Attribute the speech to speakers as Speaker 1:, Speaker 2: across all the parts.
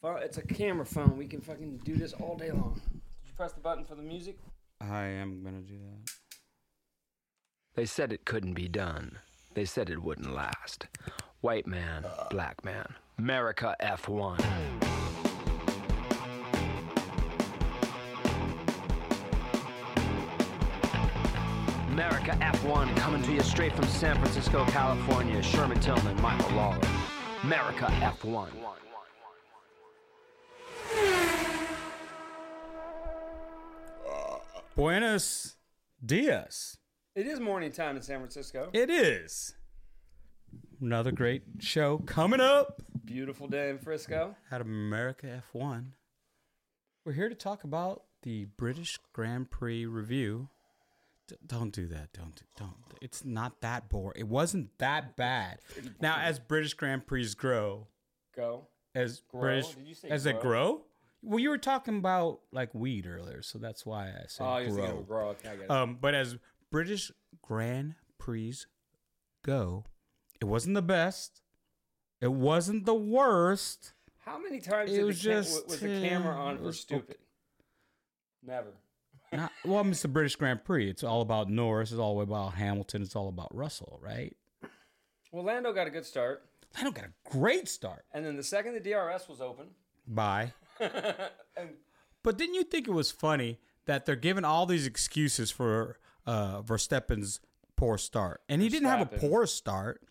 Speaker 1: Phone- It's a camera phone. We can fucking do this all day long. Did you press the button for the music?
Speaker 2: I am gonna do that.
Speaker 3: They said it couldn't be done. They said it wouldn't last. White man, black man, America F1. America F1 coming to you straight from San Francisco, California. Sherman Tillman, Michael Lawler. America F1.
Speaker 4: Buenos dias.
Speaker 1: It is morning time in San Francisco.
Speaker 4: It is another great show coming up
Speaker 1: Beautiful day in Frisco.
Speaker 4: at America F1. We're here to talk about the British Grand Prix review. D- don't do that. Don't do- don't. It's not that boring. It wasn't that bad. Now, as British Grand Prix grow,
Speaker 1: Go.
Speaker 4: as
Speaker 1: Grow?
Speaker 4: British
Speaker 1: Did you say
Speaker 4: as they
Speaker 1: grow?
Speaker 4: grow. Well, you were talking about like weed earlier, so that's why I said
Speaker 1: Oh,
Speaker 4: grow.
Speaker 1: you're thinking of grow. Okay, I get it.
Speaker 4: Um, but as British Grand Prix go, it wasn't the best. It wasn't the worst.
Speaker 1: How many times
Speaker 4: it
Speaker 1: did
Speaker 4: was
Speaker 1: the ca-
Speaker 4: just,
Speaker 1: was the camera
Speaker 4: uh,
Speaker 1: on
Speaker 4: it
Speaker 1: for
Speaker 4: was
Speaker 1: stupid? Never.
Speaker 4: Not, well, it's the British Grand Prix. It's all about Norris. It's all about Hamilton. It's all about Russell, right?
Speaker 1: Well, Lando got a good start,
Speaker 4: I don't got a great start.
Speaker 1: and then the second the DRS was open,
Speaker 4: Bye.
Speaker 1: and
Speaker 4: But didn't you think it was funny that they're giving all these excuses for uh, Verstappen's poor start? And he didn't have a
Speaker 1: Verstappen.
Speaker 4: poor start.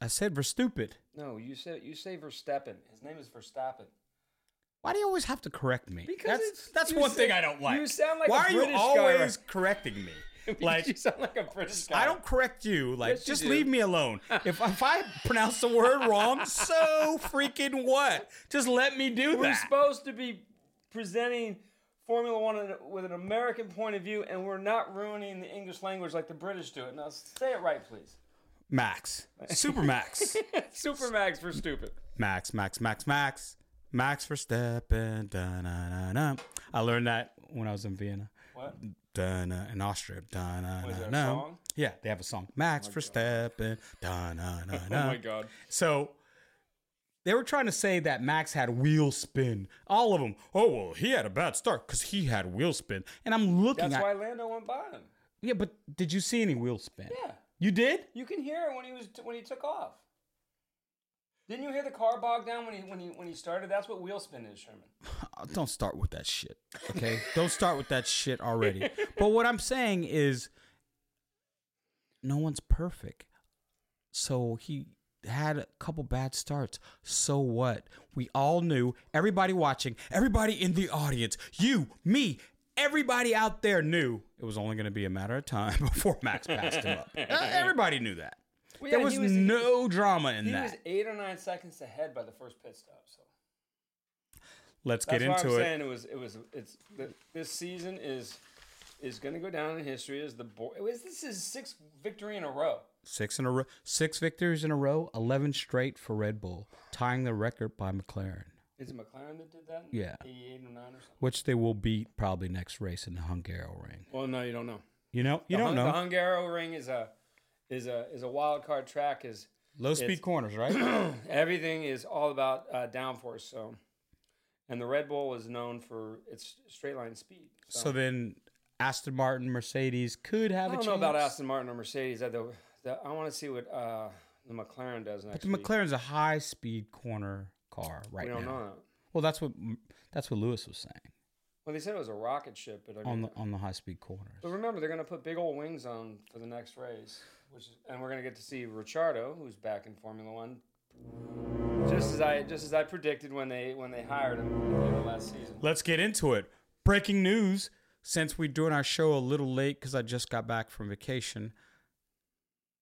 Speaker 4: I said Verstupid.
Speaker 1: no, you said you say Verstappen. His name is Verstappen.
Speaker 4: Why do you always have to correct me?
Speaker 1: Because
Speaker 4: that's
Speaker 1: it's-
Speaker 4: that's
Speaker 1: you
Speaker 4: one
Speaker 1: sa-
Speaker 4: thing I don't like.
Speaker 1: you sound like
Speaker 4: Why
Speaker 1: a
Speaker 4: are
Speaker 1: British
Speaker 4: you
Speaker 1: guy,
Speaker 4: always correcting me?
Speaker 1: you
Speaker 4: Like
Speaker 1: sound like a British guy.
Speaker 4: I don't correct you. Like
Speaker 1: Yes, you
Speaker 4: just
Speaker 1: do.
Speaker 4: leave me alone. if if I pronounce the word wrong, so freaking what? Just let me do
Speaker 1: We're
Speaker 4: that.
Speaker 1: supposed to be presenting Formula One in- with an American point of view, and we're not ruining the English language like the British do it. Now, say it right, please.
Speaker 4: Max, super Max,
Speaker 1: Super Mags for stupid.
Speaker 4: Max, Max, Max, Max, Max for stepping. Da-na-na-na. I learned that when I was in Vienna.
Speaker 1: What?
Speaker 4: Dun-na, in Austria. Dun-na,
Speaker 1: Was there a
Speaker 4: na, na.
Speaker 1: song?
Speaker 4: Yeah, they have a song. Max for stepping. Dun-na-na-na.
Speaker 1: Oh my God.
Speaker 4: So they were trying to say that Max had wheel spin. All of them. Oh well, he had a bad start because he had wheel spin. And I'm looking
Speaker 1: That's
Speaker 4: at
Speaker 1: why Lando went by him.
Speaker 4: yeah, but did you see any wheel spin?
Speaker 1: Yeah,
Speaker 4: You did?
Speaker 1: you can hear it when he was when he took off. Didn't you hear the car bog down when he when he when he started? That's what wheel spin is, Sherman.
Speaker 4: Uh, Don't start with that shit. Okay, don't start with that shit already. But what I'm saying is, no one's perfect. So he had a couple bad starts. So what? We all knew, everybody watching, everybody in the audience, you, me, everybody out there knew it was only going to be a matter of time before Max passed him up. Uh, Everybody knew that.
Speaker 1: Well,
Speaker 4: there
Speaker 1: yeah,
Speaker 4: was,
Speaker 1: he he-
Speaker 4: no drama in
Speaker 1: He
Speaker 4: that.
Speaker 1: was eight or nine seconds ahead by the first pit stop. So
Speaker 4: Let's
Speaker 1: that's
Speaker 4: get into
Speaker 1: why I'm
Speaker 4: it.
Speaker 1: saying it was it was it's th- this season is is going to go down in history as the boy. This is sixth victory in a row.
Speaker 4: Six in a row, six victories in a row, eleven straight for Red Bull, tying the record by McLaren,
Speaker 1: Is it McLaren that did that?
Speaker 4: Yeah.
Speaker 1: eighty-eight or nine or something.
Speaker 4: which they will beat probably next race in the Hungaro Ring.
Speaker 1: Well, no, you don't know.
Speaker 4: You know, you
Speaker 1: The
Speaker 4: don't
Speaker 1: Hun-
Speaker 4: know.
Speaker 1: The Hungaro Ring is a is a is a wild card track. Is
Speaker 4: Low speed corners, right?
Speaker 1: everything is all about uh, downforce. So, and the Red Bull is known for its straight line speed. So,
Speaker 4: so then, Aston Martin, Mercedes could
Speaker 1: I
Speaker 4: have a
Speaker 1: don't
Speaker 4: chance.
Speaker 1: know about Aston Martin or Mercedes. I, the, the, I want to see what uh, the McLaren does
Speaker 4: But
Speaker 1: next.
Speaker 4: the
Speaker 1: week.
Speaker 4: McLaren's a high speed corner car right
Speaker 1: we don't
Speaker 4: now.
Speaker 1: know. That.
Speaker 4: Well, that's what that's what Lewis was saying
Speaker 1: Well, they said it was a rocket ship, but I mean,
Speaker 4: on the on the high speed corners.
Speaker 1: But remember, they're going to put big old wings on for the next race, which is, and we're going to get to see Ricciardo, who's back in Formula One, just as I just as I predicted when they when they hired him at the end of last season.
Speaker 4: Let's get into it. Breaking news since we're doing our show a little late because I just got back from vacation,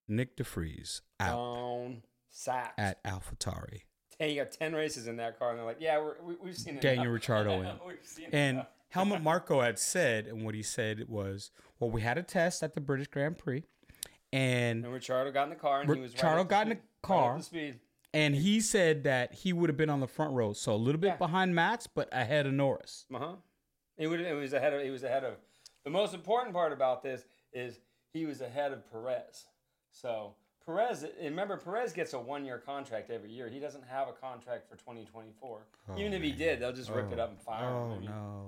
Speaker 4: Nick DeFries out
Speaker 1: Down sacked.
Speaker 4: at AlphaTauri.
Speaker 1: Hey, you got ten races in that car, and they're like, "Yeah, we're, we, we've seen it."
Speaker 4: Daniel Ricciardo in.
Speaker 1: We've seen
Speaker 4: And
Speaker 1: enough.
Speaker 4: Helmut Marco had said, and what he said was, well, we had a test at the British Grand Prix, and
Speaker 1: And Ricciardo got in the car, and he was.
Speaker 4: Ricciardo
Speaker 1: right up
Speaker 4: got in
Speaker 1: to
Speaker 4: the
Speaker 1: speed- right up
Speaker 4: car.
Speaker 1: to speed.
Speaker 4: and he said that he would have been on the front row, so a little bit
Speaker 1: Yeah.
Speaker 4: behind Max, but ahead of Norris.
Speaker 1: Uh huh. He would. He was ahead of. He was ahead of. The most important part about this is he was ahead of Perez. So Perez, remember Perez gets a one-year contract every year. He doesn't have a contract for 2024.
Speaker 4: Oh,
Speaker 1: Even if he did, they'll just rip it up and fire him.
Speaker 5: Oh
Speaker 1: I mean,
Speaker 5: no.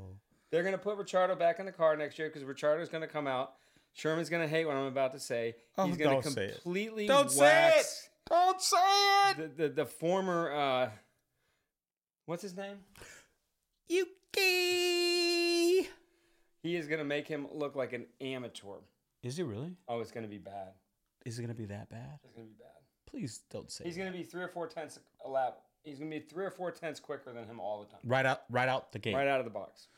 Speaker 1: They're going to put Richardo back in the car next year because Richardo's going to come out. Sherman's going to hate what I'm about to say.
Speaker 5: Oh,
Speaker 1: He's going
Speaker 5: don't
Speaker 1: to
Speaker 5: say it.
Speaker 1: completely
Speaker 5: Don't say it!
Speaker 1: wax
Speaker 5: Don't say it.
Speaker 1: The, the the former uh, what's his name?
Speaker 4: Yuki.
Speaker 1: He is going to make him look like an amateur.
Speaker 4: Is it really?
Speaker 1: Oh, it's going to be bad.
Speaker 4: Is it gonna be that bad?
Speaker 1: It's going to be bad.
Speaker 4: Please don't say.
Speaker 1: He's
Speaker 4: that.
Speaker 1: going to be three or four tenths a lap. He's going to be three or four tenths quicker than him all the time.
Speaker 4: right out, right out the gate.
Speaker 1: right out of the box.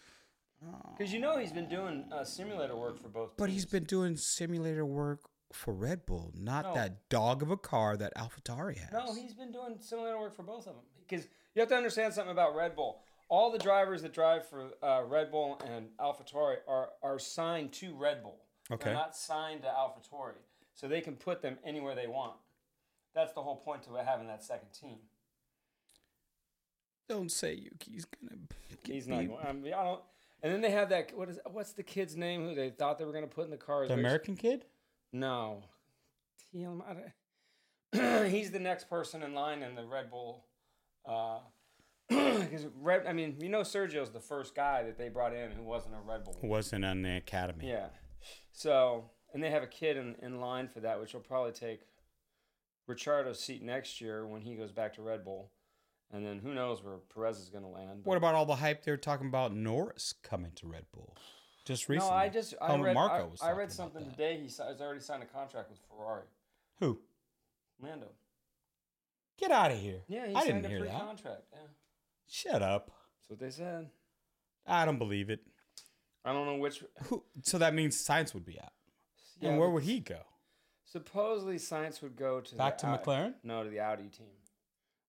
Speaker 1: Because you know he's been doing uh, simulator work for both.
Speaker 4: But he's
Speaker 1: teams.
Speaker 4: been doing simulator work for Red Bull, not
Speaker 1: No.
Speaker 4: that dog of a car that AlphaTauri has.
Speaker 1: no, he's been doing simulator work for both of them. Because you have to understand something about Red Bull. All the drivers that drive for uh, Red Bull and AlphaTauri are are signed to Red Bull.
Speaker 4: Okay.
Speaker 1: They're not signed to AlphaTauri, so they can put them anywhere they want. That's the whole point of having that second team.
Speaker 4: don't say Yuki's gonna. get
Speaker 1: He's not.
Speaker 4: beat.
Speaker 1: going- I, mean, I don't. And then they have that. What is? What's the kid's name? Who they thought they were going to put in the cars?
Speaker 4: the
Speaker 1: They-
Speaker 4: American kid.
Speaker 1: No. TM, I don't- he's the next person in line in the Red Bull. Because Red, I mean, you know, Sergio's the first guy that they brought in who wasn't a Red Bull.
Speaker 4: Wasn't on the academy.
Speaker 1: Yeah. So, and they have a kid in, in line for that, which will probably take Ricciardo's seat next year when he goes back to Red Bull. And then who knows where Perez is going to land. but-
Speaker 4: What about all the hype they were talking about Norris coming to Red Bull just recently?
Speaker 1: No, I just I
Speaker 4: Helmut
Speaker 1: read,
Speaker 4: Marko
Speaker 1: I,
Speaker 4: was
Speaker 1: I
Speaker 4: talking
Speaker 1: read
Speaker 4: about
Speaker 1: something
Speaker 4: that.
Speaker 1: today. He si- has already signed a contract with Ferrari.
Speaker 4: Who?
Speaker 1: Lando.
Speaker 4: Get out of here!
Speaker 1: Yeah, he
Speaker 4: I
Speaker 1: signed
Speaker 4: didn't
Speaker 1: a
Speaker 4: hear
Speaker 1: free
Speaker 4: that.
Speaker 1: contract. Yeah.
Speaker 4: Shut up!
Speaker 1: That's what they said.
Speaker 4: I don't believe it.
Speaker 1: I don't know which.
Speaker 4: Who? So that means science would be out.
Speaker 1: yeah,
Speaker 4: and where
Speaker 1: but
Speaker 4: would he go?
Speaker 1: supposedly science would go to
Speaker 4: Back
Speaker 1: the
Speaker 4: to
Speaker 1: Au-
Speaker 4: McLaren?
Speaker 1: No, to the Audi team,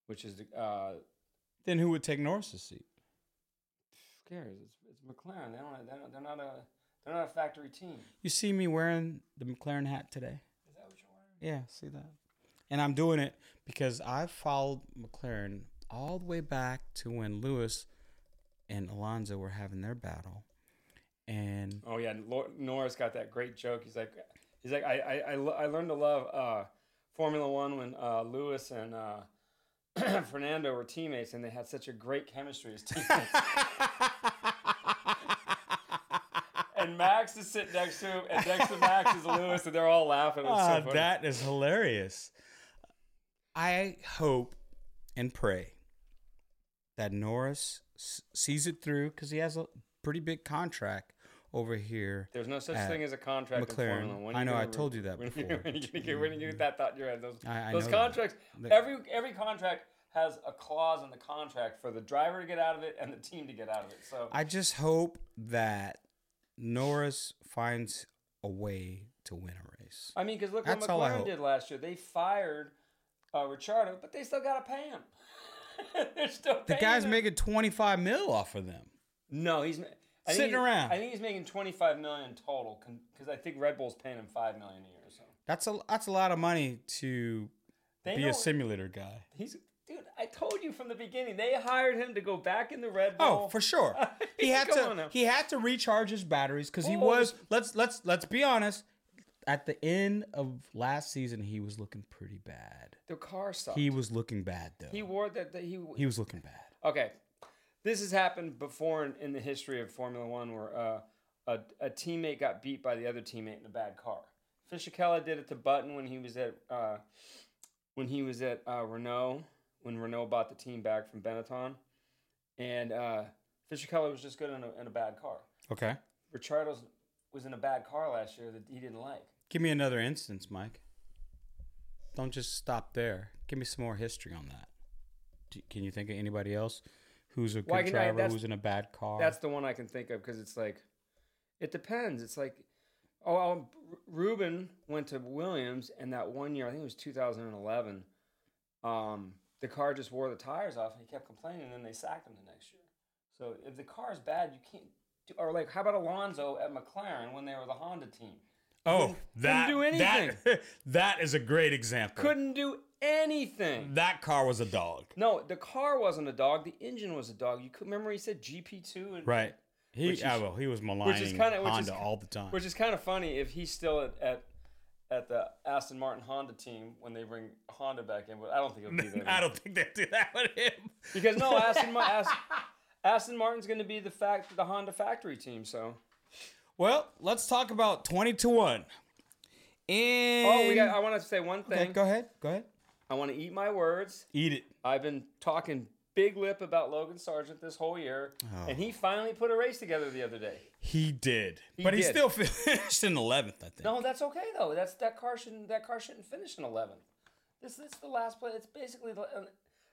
Speaker 1: which is the uh,
Speaker 4: Then who would take Norris's seat?
Speaker 1: who cares? It's, it's McLaren. They don't, they don't. They're not a. They're not a factory team.
Speaker 4: You see me wearing the McLaren hat today?
Speaker 1: Is that what you're wearing?
Speaker 4: Yeah, see that. And I'm doing it because I followed McLaren all the way back to when Lewis and Alonso were having their battle. And
Speaker 1: Oh yeah, Lor- Norris got that great joke. He's like, he's like, I I, I, lo- I learned to love uh, Formula One when uh, Lewis and uh, Fernando were teammates, and they had such a great chemistry as teammates. and Max is sitting next to him, and next to Max is Lewis, and they're all laughing. It was so
Speaker 4: Ah,
Speaker 1: funny.
Speaker 4: that is hilarious. I hope and pray that Norris s- sees it through because he has a pretty big contract over here.
Speaker 1: There's no such
Speaker 4: at
Speaker 1: thing as a contract in
Speaker 4: McLaren.
Speaker 1: Formula One.
Speaker 4: I
Speaker 1: You
Speaker 4: know, I
Speaker 1: gotta
Speaker 4: told
Speaker 1: re-
Speaker 4: you that
Speaker 1: when
Speaker 4: before.
Speaker 1: When you, get, when you get that thought in your head, those,
Speaker 4: I- I
Speaker 1: those
Speaker 4: know that.
Speaker 1: contracts.
Speaker 4: The-
Speaker 1: Every every contract has a clause in the contract for the driver to get out of it and the team to get out of it. So
Speaker 4: I just hope that Norris finds a way to win a race.
Speaker 1: I mean, because look what
Speaker 4: That's all I
Speaker 1: McLaren
Speaker 4: hope.
Speaker 1: did last year. They fired uh, Ricciardo, but they still got to pay him. They're still
Speaker 4: The
Speaker 1: paying
Speaker 4: guy's
Speaker 1: him.
Speaker 4: making 25 mil off of them.
Speaker 1: no, he's ma- I think
Speaker 4: Sitting
Speaker 1: he's-
Speaker 4: around.
Speaker 1: I think he's making 25 million total because I think Red Bull's paying him five million a year. So
Speaker 4: That's a that's a lot of money to
Speaker 1: they
Speaker 4: be
Speaker 1: know-
Speaker 4: a simulator guy.
Speaker 1: He's dude. I told you from the beginning. They hired him to go back in the Red Bull.
Speaker 4: Oh, for sure. He had
Speaker 1: Come on
Speaker 4: to
Speaker 1: now.
Speaker 4: he had to recharge his batteries because he
Speaker 1: Oh,
Speaker 4: was let's let's let's be honest. At the end of last season, he was looking pretty bad.
Speaker 1: the car sucked.
Speaker 4: He
Speaker 1: He,
Speaker 4: was looking bad though. He,
Speaker 1: wore that. that he,
Speaker 4: was looking bad.
Speaker 1: okay. This has happened before in, in the history of Formula One, where uh, a, a teammate got beat by the other teammate in a bad car. Fisichella did it to Button when he was at uh, when he was at uh, Renault when Renault bought the team back from Benetton, and uh, Fisichella was just good in a, in a bad car.
Speaker 4: Okay.
Speaker 1: Ricciardo's was in a bad car last year that he didn't like.
Speaker 4: Give me another instance, Mike. Don't just stop there. Give me some more history on that. Do, can you think of anybody else who's a good
Speaker 1: Well, I can- I-
Speaker 4: driver
Speaker 1: that's-
Speaker 4: who's in a bad car?
Speaker 1: That's the one I can think of because it's like, it depends. It's like, oh, I'll, Ruben went to Williams, and that one year, I think it was 2011, um, the car just wore the tires off, and he kept complaining, and then they sacked him the next year. So if the car is bad, you can't. Do, or like, how about Alonso at McLaren when they were the Honda team?
Speaker 4: oh,
Speaker 1: that- do anything.
Speaker 4: that is a great example.
Speaker 1: Couldn't do anything.
Speaker 4: that car was a dog.
Speaker 1: No, the car wasn't a dog. The engine was a dog. You could remember he said GP two and
Speaker 4: Right. He
Speaker 1: Which is-
Speaker 4: ah, well, he was maligning
Speaker 1: which is kind of
Speaker 4: Honda all the time.
Speaker 1: Which is kind of funny if he's still at, at at the Aston Martin Honda team when they bring Honda back in, but I don't think it'll be there.
Speaker 4: I don't think they do that with him.
Speaker 1: because no, Aston, Ma- Aston, Aston Martin's going to be the fact the Honda factory team. So
Speaker 4: Well, let's talk about twenty to one. In
Speaker 1: oh, we got. I want to say one thing.
Speaker 4: okay, go ahead, go ahead,
Speaker 1: I want to eat my words.
Speaker 4: eat it.
Speaker 1: I've been talking big lip about Logan Sargent this whole year,
Speaker 4: Oh.
Speaker 1: and he finally put a race together the other day.
Speaker 4: He did, but he
Speaker 1: did.
Speaker 4: still finished in eleventh, I think.
Speaker 1: No, that's okay though. That's that car shouldn't that car shouldn't finish in 11th. This this is the last play. It's basically the, uh,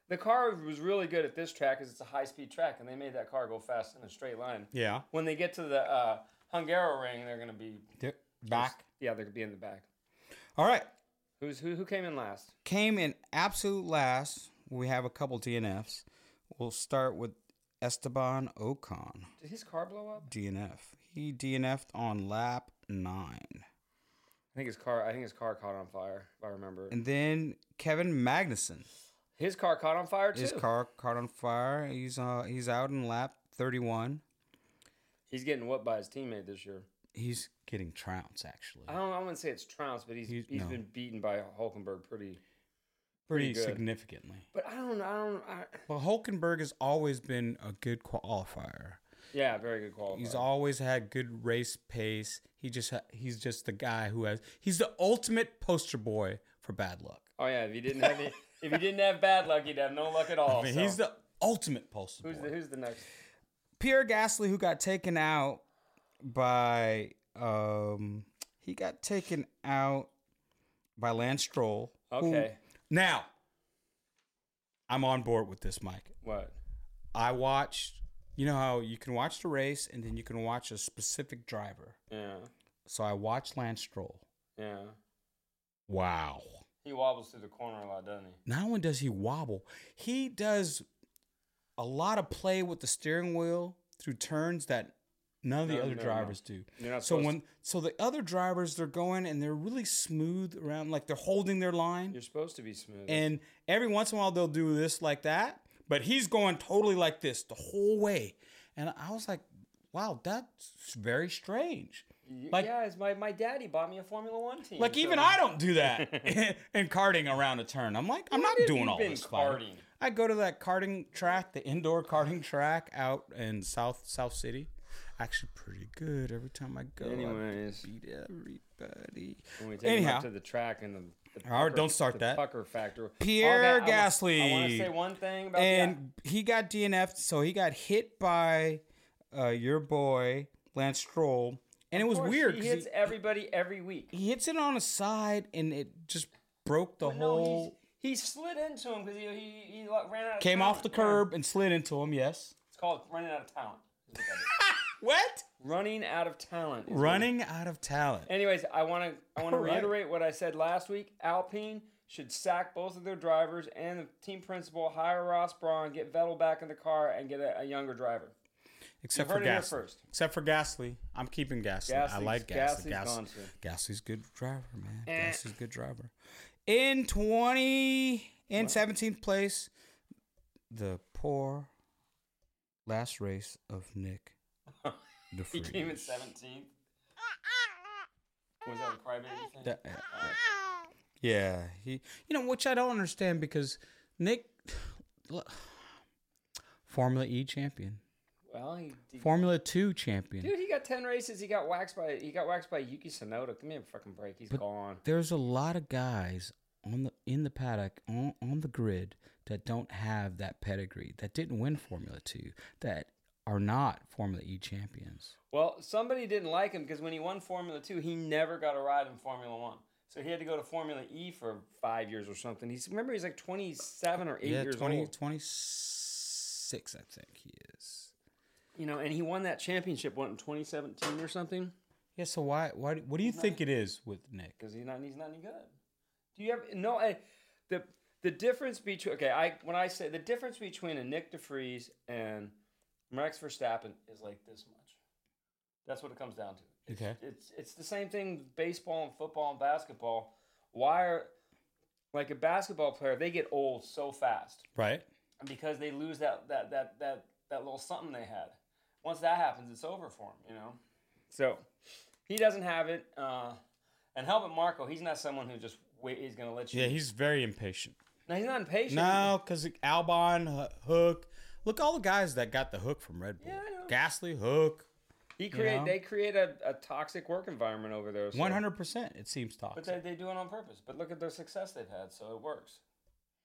Speaker 1: the car was really good at this track because it's a high speed track, and they made that car go fast in a straight line.
Speaker 4: Yeah,
Speaker 1: When they get to the uh, Hungaro ring, they're gonna be
Speaker 4: They're back.
Speaker 1: yeah they're gonna be in the back.
Speaker 4: All right,
Speaker 1: Who's who? Who came in last?
Speaker 4: came in absolute last. We have a couple DNFs. We'll start with Esteban Ocon.
Speaker 1: Did his car blow up?
Speaker 4: DNF. He DNF'd on lap nine.
Speaker 1: I think his car. I think his car caught on fire. If I remember,
Speaker 4: And then Kevin Magnuson.
Speaker 1: his car caught on fire too.
Speaker 4: His car caught on fire. He's uh, he's out in lap 31.
Speaker 1: He's getting whooped by his teammate this year.
Speaker 4: He's getting trounced actually.
Speaker 1: I don't. I wouldn't say it's trounced, but he's
Speaker 4: He's-
Speaker 1: he's
Speaker 4: no.
Speaker 1: been beaten by Hulkenberg pretty.
Speaker 4: Pretty,
Speaker 1: good.
Speaker 4: significantly.
Speaker 1: But I don't. I don't. I,
Speaker 4: Well, Hulkenberg has always been a good qualifier.
Speaker 1: yeah, very good qualifier.
Speaker 4: He's always had good race pace. He just ha- he's just the guy who has he's the ultimate poster boy for bad luck.
Speaker 1: Oh yeah, if you didn't have any, if you didn't have bad luck, you'd have no luck at all.
Speaker 4: I mean,
Speaker 1: so.
Speaker 4: he's the ultimate poster
Speaker 1: who's
Speaker 4: boy.
Speaker 1: the who's the next?
Speaker 4: Pierre Gasly, who got taken out by um, he got taken out by Lance Stroll. who-
Speaker 1: Okay,
Speaker 4: now, I'm on board with this, Mike.
Speaker 1: what?
Speaker 4: I watched. You know how you can watch the race and then you can watch a specific driver.
Speaker 1: Yeah,
Speaker 4: So I watched Lance Stroll.
Speaker 1: yeah.
Speaker 4: Wow.
Speaker 1: He wobbles through the corner a lot, doesn't he?
Speaker 4: Not only does he wobble, he does a lot of play with the steering wheel through turns that none of the
Speaker 1: No,
Speaker 4: other
Speaker 1: no, no.
Speaker 4: drivers do.
Speaker 1: You're not
Speaker 4: So
Speaker 1: supposed
Speaker 4: when so the other drivers they're going and they're really smooth around like they're holding their
Speaker 1: to,
Speaker 4: line
Speaker 1: you're supposed to be smooth.
Speaker 4: and every once in a while they'll do this like that but he's going totally like this the whole way and I was like wow that's very strange
Speaker 1: Y-
Speaker 4: like-
Speaker 1: yeah, it's my, my daddy bought me a Formula One team.
Speaker 4: like
Speaker 1: so-
Speaker 4: even I don't do that in karting around a turn I'm like I'm
Speaker 1: What
Speaker 4: not
Speaker 1: have
Speaker 4: doing
Speaker 1: you
Speaker 4: all
Speaker 1: been
Speaker 4: this Spider.
Speaker 1: karting?
Speaker 4: I go to that karting track the indoor karting track out in South South City actually pretty good every time I go I
Speaker 1: Anyways,
Speaker 4: beat everybody.
Speaker 1: when we take him
Speaker 4: anyhow.
Speaker 1: up to the track and the, the
Speaker 4: All right, don't start
Speaker 1: the
Speaker 4: that.
Speaker 1: pucker factor. All
Speaker 4: Pierre
Speaker 1: that- I wa- I want
Speaker 4: Gasly.
Speaker 1: to say one thing about
Speaker 4: And he got DNF'd, so he got hit by uh, your boy Lance Stroll, and it was
Speaker 1: that. Of course,
Speaker 4: weird. 'cause
Speaker 1: He hits everybody every week.
Speaker 4: he, hits it on a side, and it just broke the
Speaker 1: But
Speaker 4: whole.
Speaker 1: no, he he slid into him because he, he he like, ran out. Of
Speaker 4: came
Speaker 1: talent.
Speaker 4: off the
Speaker 1: Yeah.
Speaker 4: curb and slid into him. Yes.
Speaker 1: It's called running out of talent. is what that is.
Speaker 4: What?
Speaker 1: running out of talent. is what it
Speaker 4: Running out of talent.
Speaker 1: is. Anyways, I want to I want to
Speaker 4: All right.
Speaker 1: reiterate what I said last week. Alpine should sack both of their drivers and the team principal, hire Ross Brawn, get Vettel back in the car, and get a, a younger driver.
Speaker 4: Except
Speaker 1: You
Speaker 4: for
Speaker 1: heard it here
Speaker 4: Gasly.
Speaker 1: first.
Speaker 4: Except for Gasly. I'm keeping Gasly. I
Speaker 1: Gasly's-
Speaker 4: like Gasly.
Speaker 1: Gasly's gone Eh.
Speaker 4: Gasly.
Speaker 1: too.
Speaker 4: Gasly's good driver, man. Gasly's good driver. In 20 in 17th place, the poor last race of Nick
Speaker 1: He came in
Speaker 4: DeFries.
Speaker 1: 17th. Was that a crybaby thing?
Speaker 4: That- eh, yeah, he you know, which I don't understand because Nick Formula E champion,
Speaker 1: well, he, he-
Speaker 4: Formula 2 champion.
Speaker 1: dude, he got 10 races. He got waxed by he got waxed by Yuki Sonoda. Give me a fucking break. He's
Speaker 4: But-
Speaker 1: gone.
Speaker 4: there's a lot of guys on the in the paddock on, on the grid that don't have that pedigree that didn't win formula 2 that are not formula e champions
Speaker 1: Well, somebody didn't like him because when he won Formula Two, he never got a ride in Formula One. So he had to go to Formula E for five years or something. He's remember he's like twenty seven or eight years
Speaker 4: 20
Speaker 1: old.
Speaker 4: 26 i think he is
Speaker 1: You know, and he won that championship what in twenty seventeen or something.
Speaker 4: yeah so why why what do you think it is with nick
Speaker 1: Because he's not he's not any good. Do you have no I, the the difference between okay, I when I say the difference between a Nick DeFries and Max Verstappen is like this much. That's what it comes down to. It's,
Speaker 4: Okay.
Speaker 1: It's it's the same thing with baseball and football and basketball. Why are like a basketball player, they get old so fast
Speaker 4: right
Speaker 1: because they lose that that that that, that little something they had. Once that happens, it's over for him, you know. So he doesn't have it. Uh, And Helmut Marco, he's not someone who just wait, he's going to let you.
Speaker 4: Yeah, he's very impatient.
Speaker 1: no, he's not impatient.
Speaker 4: No, because Albon, H- Hook. Look, all the guys that got the hook from Red Bull.
Speaker 1: Yeah, I know.
Speaker 4: Gasly, Hook.
Speaker 1: he create
Speaker 4: know?
Speaker 1: they create a, a toxic work environment over there. so-
Speaker 4: 100%. It seems
Speaker 1: But
Speaker 4: toxic.
Speaker 1: they, they do it on purpose. But look at the success they've had, so it works.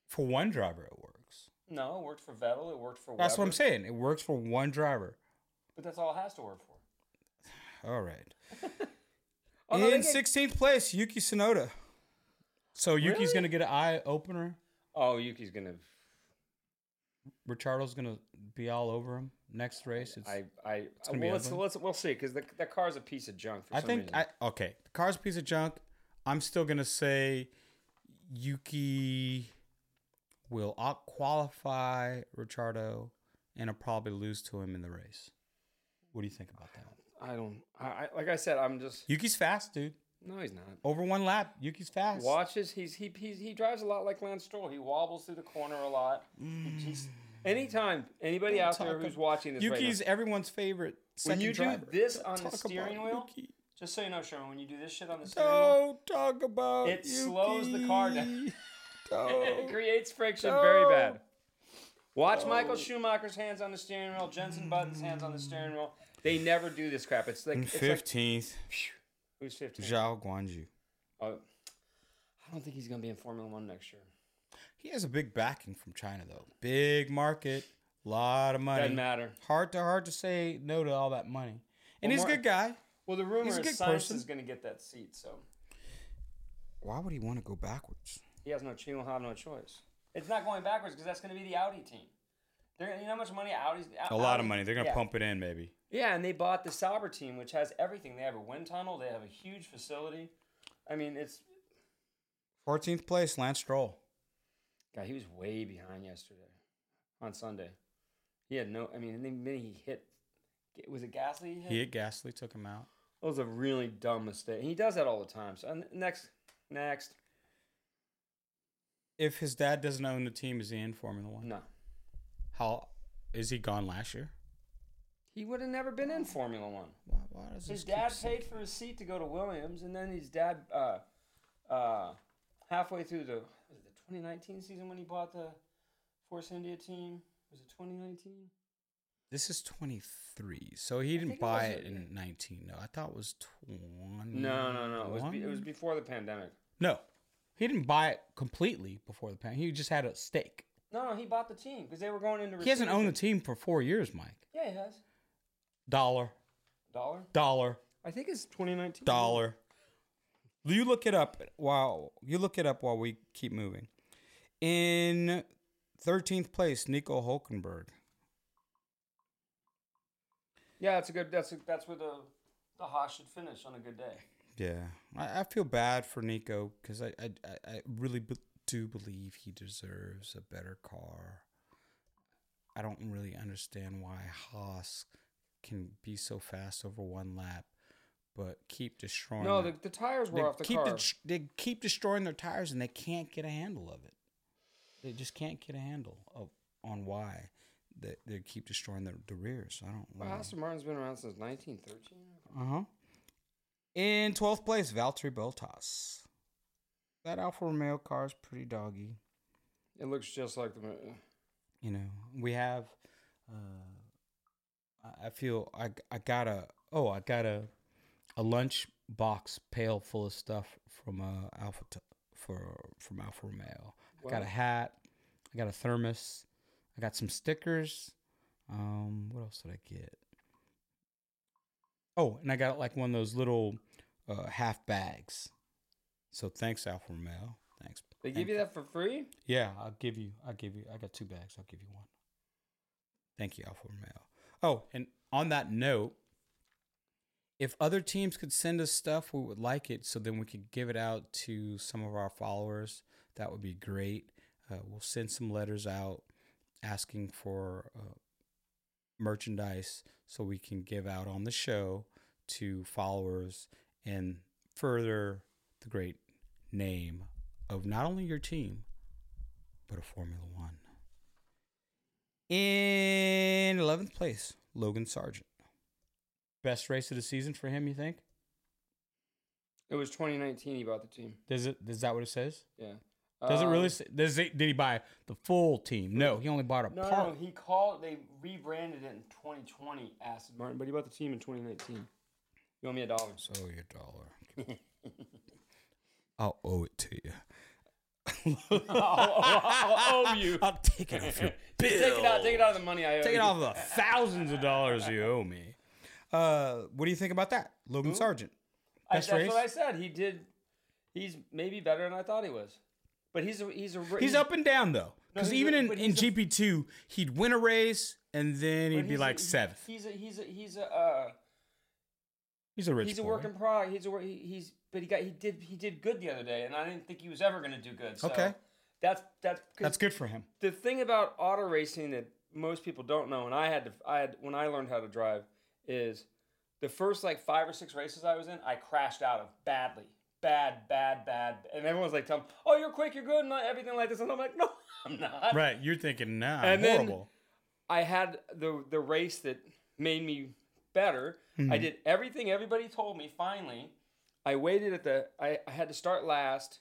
Speaker 4: for one driver, it works.
Speaker 1: No, it worked for Vettel. It worked for.
Speaker 4: That's what I'm
Speaker 1: Webber,
Speaker 4: saying. It works for one driver.
Speaker 1: But that's all it has to work for.
Speaker 4: All right.
Speaker 1: Oh, no, they
Speaker 4: In
Speaker 1: get-
Speaker 4: 16th place, Yuki Tsunoda. So Yuki's
Speaker 1: Really?
Speaker 4: going to get an eye opener.
Speaker 1: Oh, Yuki's gonna.
Speaker 4: Richardo's going to be all over him next race. It's,
Speaker 1: I I.
Speaker 4: gonna be
Speaker 1: well, let's,
Speaker 4: ugly.
Speaker 1: let's we'll see because the the car's a piece of junk. For
Speaker 4: I
Speaker 1: some
Speaker 4: think
Speaker 1: reason.
Speaker 4: I okay. The car's a piece of junk. I'm still gonna say Yuki will out qualify Richardo and will probably lose to him in the race. What do you think about that?
Speaker 1: I don't. I, I like I said. I'm just.
Speaker 4: Yuki's fast, dude.
Speaker 1: No, he's not.
Speaker 4: Over one lap, Yuki's fast.
Speaker 1: Watches. He's he he's, he drives a lot like Lance Stroll. He wobbles through the corner a lot. He- He's, anytime anybody out there
Speaker 4: Mm. talk
Speaker 1: who's
Speaker 4: ab-
Speaker 1: watching this, right now-
Speaker 4: Yuki's everyone's favorite.
Speaker 1: when
Speaker 4: Second
Speaker 1: you do
Speaker 4: driver.
Speaker 1: this
Speaker 4: Don't
Speaker 1: on the
Speaker 4: talk about
Speaker 1: steering wheel,
Speaker 4: Yuki.
Speaker 1: just so you know, Sherman, when you do this shit on the steering wheel,
Speaker 4: don't talk about
Speaker 1: It slows the car down.
Speaker 4: Yuki.
Speaker 1: it
Speaker 4: Don't.
Speaker 1: creates friction very bad.
Speaker 4: No.
Speaker 1: Watch Michael Schumacher's hands on the steering wheel, Jensen Button's hands on the steering wheel. They never do this crap. It's like
Speaker 4: In
Speaker 1: it's like-
Speaker 4: fifteenth,
Speaker 1: who's fifteen?
Speaker 4: Zhao Guanju.
Speaker 1: Oh, I don't think he's gonna be in Formula One next year.
Speaker 4: He has a big backing from China though. Big market, lot of money.
Speaker 1: Doesn't matter.
Speaker 4: Hard to hard to say no to all that money. And
Speaker 1: Well,
Speaker 4: he's a
Speaker 1: Mar-
Speaker 4: good guy.
Speaker 1: Well, the rumor
Speaker 4: He's a
Speaker 1: is
Speaker 4: good
Speaker 1: Sainz
Speaker 4: person.
Speaker 1: is gonna get that seat, so.
Speaker 4: Why would he want to go backwards?
Speaker 1: He has no. He will have no choice. It's not going backwards because that's going to be the Audi team. They're you know how much money Audi's
Speaker 4: A lot of
Speaker 1: Audi-
Speaker 4: money. They're gonna
Speaker 1: Uh, um, yeah.
Speaker 4: pump it in maybe.
Speaker 1: Yeah, and they bought the Sauber team, which has everything. They have a wind tunnel. They have a huge facility. I mean, it's
Speaker 4: Fourteenth place, Lance Stroll.
Speaker 1: God. He was way behind yesterday on Sunday. He had no. I mean, and then he hit. Was it Gasly? He hit?
Speaker 4: He at Gasly took him out.
Speaker 1: That was a really dumb mistake. He does that all the time. So and next, next,
Speaker 4: If his dad doesn't own the team, is he in Formula One?
Speaker 1: no.
Speaker 4: How is he gone last year?
Speaker 1: He would have never been in Formula One.
Speaker 4: Why, why
Speaker 1: His
Speaker 4: does this keep
Speaker 1: dad
Speaker 4: saying-
Speaker 1: paid for his seat to go to Williams, and then his dad, uh, uh, halfway through the was it the 2019 season when he bought the Force India team, was it 2019?
Speaker 4: This is twenty three, so he
Speaker 1: think
Speaker 4: didn't
Speaker 1: it
Speaker 4: buy
Speaker 1: was-
Speaker 4: it in nineteen. No, I thought it was twenty.
Speaker 1: No, no, no. It was, be, it was before the pandemic.
Speaker 4: No, he didn't buy it completely before the pandemic. He just had a stake.
Speaker 1: No, no, he bought the team because they were going into.
Speaker 4: He hasn't
Speaker 1: receivership.
Speaker 4: owned the team for four years, Mike.
Speaker 1: Yeah, he has.
Speaker 4: Dollar,
Speaker 1: Dollar.
Speaker 4: dollar,
Speaker 1: I think it's 2019.
Speaker 4: dollar. You look it up while you look it up while we keep moving. In thirteenth place, Nico Hulkenberg.
Speaker 1: Yeah, that's a good. That's a, that's where the the Haas should finish on a good day.
Speaker 4: Yeah, I, I feel bad for Nico because I, I I- I really be- do believe he deserves a better car. I don't really understand why Haas can be so fast over one lap, but keep destroying.
Speaker 1: No,
Speaker 4: their-
Speaker 1: the, the tires were
Speaker 4: Oh, they
Speaker 1: off the
Speaker 4: keep
Speaker 1: car.
Speaker 4: det- they keep destroying their tires and they can't get a handle of it. They just can't get a handle of on why they, they keep destroying their the rears. I don't.
Speaker 1: Well, Aston Martin's been around since 1913.
Speaker 4: Uh huh. In twelfth place, Valtteri Bottas. That Alfa Romeo car is pretty doggy.
Speaker 1: It looks just like the. mo- uh,
Speaker 4: You know, we have. Uh, I- I feel I I got a oh I got a a lunch box pail full of stuff from uh, Alpha t- for from Alfa Romeo. I got
Speaker 1: Wow.
Speaker 4: a hat. I got a thermos. I got some stickers. Um, what else did I get? Oh, and I got like one of those little uh, half bags. So thanks Alfa Romeo. Thanks.
Speaker 1: They give
Speaker 4: Thank-
Speaker 1: you that for free?
Speaker 4: yeah, I'll give you. I'll give you. I got two bags. I'll give you one. Thank you, Alpha Romeo. Oh, and on that note, if other teams could send us stuff, we would like it. So then we could give it out to some of our followers. That would be great. Uh, we'll send some letters out asking for uh, merchandise so we can give out on the show to followers and further the great name of not only your team but a Formula One. In 11th place, Logan Sargent. Best race of the season for him, you think?
Speaker 1: It was 2019. He bought the team.
Speaker 4: Does it? Is that what it says?
Speaker 1: Yeah.
Speaker 4: Does it
Speaker 1: Um,
Speaker 4: really? Say, does it, did he buy the full team? No, he only bought a
Speaker 1: No,
Speaker 4: part.
Speaker 1: no, he called. They rebranded it in 2020, Acid Martin, but he bought the team in 2019. You owe me a dollar.
Speaker 4: So your dollar. I'll owe it to you.
Speaker 1: Oh,
Speaker 4: I'll,
Speaker 1: owe oh, you.
Speaker 4: I'll take it off your bill.
Speaker 1: Take it out. Take it out of the money I owe.
Speaker 4: Take it
Speaker 1: you.
Speaker 4: off the thousands of dollars you owe me. Uh, what do you think about that, Logan Sargent?
Speaker 1: I,
Speaker 4: Best
Speaker 1: that's
Speaker 4: race?
Speaker 1: what I said. He did. He's maybe better than I thought he was. But he's a he's a re-
Speaker 4: He's up and down though, because
Speaker 1: he's a-
Speaker 4: even in,
Speaker 1: but
Speaker 4: in
Speaker 1: he's a-
Speaker 4: GP two, he'd win a race and then
Speaker 1: but
Speaker 4: he'd be
Speaker 1: he's a-
Speaker 4: like
Speaker 1: he-
Speaker 4: seventh.
Speaker 1: He's a he's a he's a uh,
Speaker 4: He's a rich.
Speaker 1: he's a
Speaker 4: boy.
Speaker 1: work in progress. He's a wor- he, he's but he got he did he did good the other day, and I didn't think he was ever going to do good. So
Speaker 4: Okay.
Speaker 1: That's that's 'cause
Speaker 4: That's good for him.
Speaker 1: the thing about auto racing that most people don't know, and I had to, I had when I learned how to drive, is the first like five or six races I was in, I crashed out of badly, bad, bad, bad, and everyone's like, "Telling, oh, you're quick, you're good, and everything like this," and I'm like, "No, I'm not."
Speaker 4: Right? You're thinking, nah,
Speaker 1: And then-
Speaker 4: horrible.
Speaker 1: I had the the race that made me better. I did everything everybody told me. Finally, I waited at the. I, I had to start last,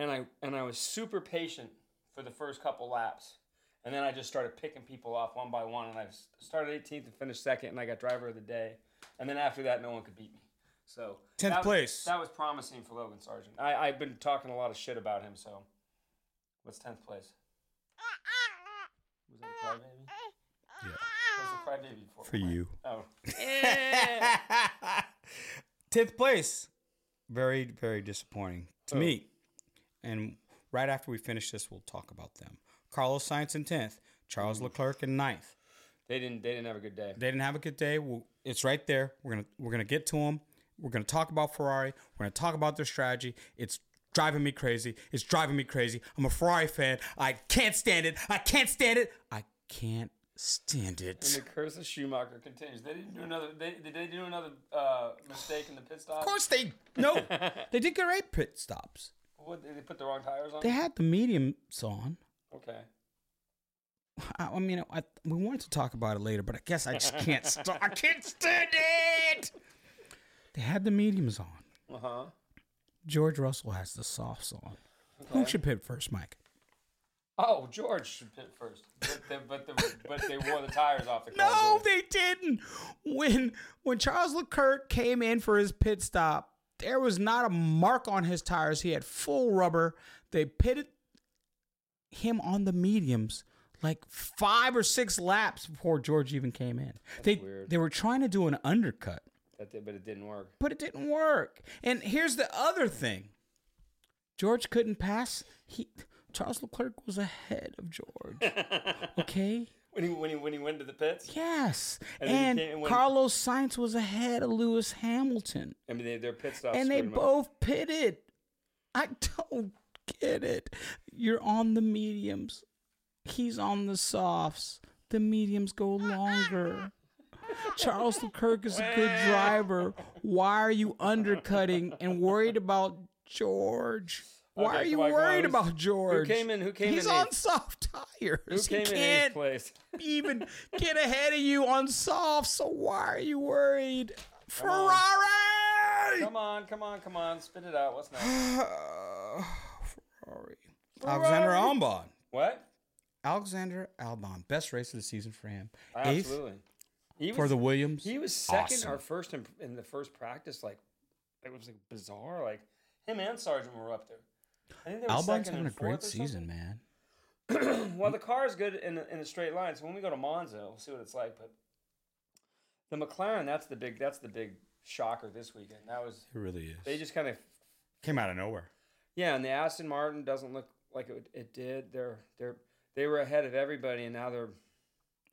Speaker 1: and I and I was super patient for the first couple laps, and then I just started picking people off one by one. And I s- started 18th and finished second, and I got driver of the day. And then after that, no one could beat me. So
Speaker 4: 10th
Speaker 1: that-
Speaker 4: place.
Speaker 1: That was promising for Logan Sargent. I, I've been talking a lot of shit about him. So what's 10th place? Was it a crybaby? What was the crybaby for?
Speaker 4: for you.
Speaker 1: Oh,
Speaker 4: Tenth place. Very, very disappointing to
Speaker 1: Oh.
Speaker 4: me. And right after we finish this, we'll talk about them. Carlos Sainz in tenth, Charles Leclerc in ninth.
Speaker 1: they didn't. They didn't have a good day.
Speaker 4: They didn't have a good day. We'll, it's right there. We're gonna we're gonna get to them. We're gonna talk about Ferrari. We're gonna talk about their strategy. It's driving me crazy. It's driving me crazy. I'm a Ferrari fan. I can't stand it. I can't stand it. I can't stand it.
Speaker 1: And the curse of Schumacher continues. They didn't do another. They, did they do another uh, mistake in the pit stop?
Speaker 4: Of course they no. they did great pit stops.
Speaker 1: What, they put the wrong tires on.
Speaker 4: They had the mediums on.
Speaker 1: okay.
Speaker 4: I, I mean, I, we wanted to talk about it later, but I guess I just can't stop. I can't stand it. They had the mediums on.
Speaker 1: Uh huh.
Speaker 4: George Russell has the softs on. Who should pit first, Mike?
Speaker 1: Oh, George should pit first, but they, but, the, but they wore the tires off the car.
Speaker 4: No,
Speaker 1: didn't
Speaker 4: they didn't. When when Charles Leclerc came in for his pit stop, there was not a mark on his tires. He had full rubber. They pitted him on the mediums like five or six laps before George even came in. they
Speaker 1: weird.
Speaker 4: they were trying to do an undercut,
Speaker 1: That did, but it didn't work.
Speaker 4: but it didn't work. And here's the other thing. George couldn't pass. He Charles Leclerc was ahead of George. Okay?
Speaker 1: When he when he when he went to the pits.
Speaker 4: Yes.
Speaker 1: And then he
Speaker 4: And,
Speaker 1: came and went-
Speaker 4: Carlos Sainz was ahead of Lewis Hamilton.
Speaker 1: I mean, they, their pit stops.
Speaker 4: and they
Speaker 1: screwed him up.
Speaker 4: both pitted. I don't get it. You're on the mediums. He's on the softs. The mediums go longer. Charles Leclerc is a good driver. Why are you undercutting and worried about George? Why
Speaker 1: Okay,
Speaker 4: are you
Speaker 1: come on, come on.
Speaker 4: worried
Speaker 1: Who's-
Speaker 4: about George?
Speaker 1: came in- who came
Speaker 4: He's
Speaker 1: in
Speaker 4: on
Speaker 1: eighth?
Speaker 4: soft tires.
Speaker 1: Who
Speaker 4: He
Speaker 1: came in
Speaker 4: can't
Speaker 1: eighth place?
Speaker 4: even get ahead of you on soft. So why are you worried?
Speaker 1: on.
Speaker 4: Ferrari!
Speaker 1: Come on, come on, come on! Spit it out. What's next?
Speaker 4: Ferrari. Alexander Albon.
Speaker 1: What?
Speaker 4: Alexander Albon. Best race of the season for him. Eighth
Speaker 1: Absolutely. He
Speaker 4: for
Speaker 1: was-
Speaker 4: the Williams.
Speaker 1: He was second
Speaker 4: Awesome.
Speaker 1: or first in, in the first practice. Like it was like bizarre. Like him and Sargent were up there. I think they were
Speaker 4: Albon's
Speaker 1: second
Speaker 4: having
Speaker 1: and
Speaker 4: a great
Speaker 1: fourth or
Speaker 4: season, man.
Speaker 1: something. well, the car is good in, a- in a straight line. So when we go to Monza, we'll see what it's like. But the McLaren, that's the big that's the big shocker this weekend. That was
Speaker 4: It really is.
Speaker 1: they just kind of
Speaker 4: Came out of nowhere.
Speaker 1: yeah. And the Aston Martin doesn't look like it, it did. They're they're they were ahead of everybody, and now they're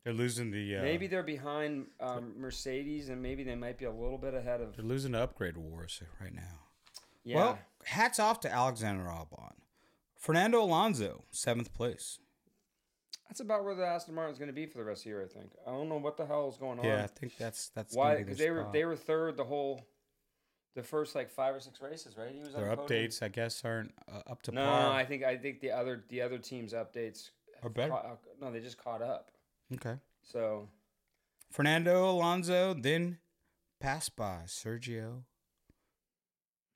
Speaker 4: They're losing the. Uh,
Speaker 1: maybe they're behind um, Mercedes, and maybe they might be a little bit ahead of
Speaker 4: they're losing the upgrade wars right now.
Speaker 1: yeah.
Speaker 4: Well, hats off to Alexander Albon. Fernando Alonso, seventh place.
Speaker 1: That's about where the Aston Martin's going to be for the rest of the year. I think. I don't know what the hell is going on.
Speaker 4: Yeah, I think that's that's gonna
Speaker 1: Why?
Speaker 4: be their
Speaker 1: Because they were
Speaker 4: spot.
Speaker 1: they were third the whole, the first like five or six races, right? He was on
Speaker 4: their
Speaker 1: the podium.
Speaker 4: updates, I guess, aren't uh, up to
Speaker 1: No,
Speaker 4: par.
Speaker 1: I think I think the other the other teams' updates
Speaker 4: Are better?
Speaker 1: caught- no, they just caught up.
Speaker 4: Okay.
Speaker 1: So
Speaker 4: Fernando Alonso then passed by Sergio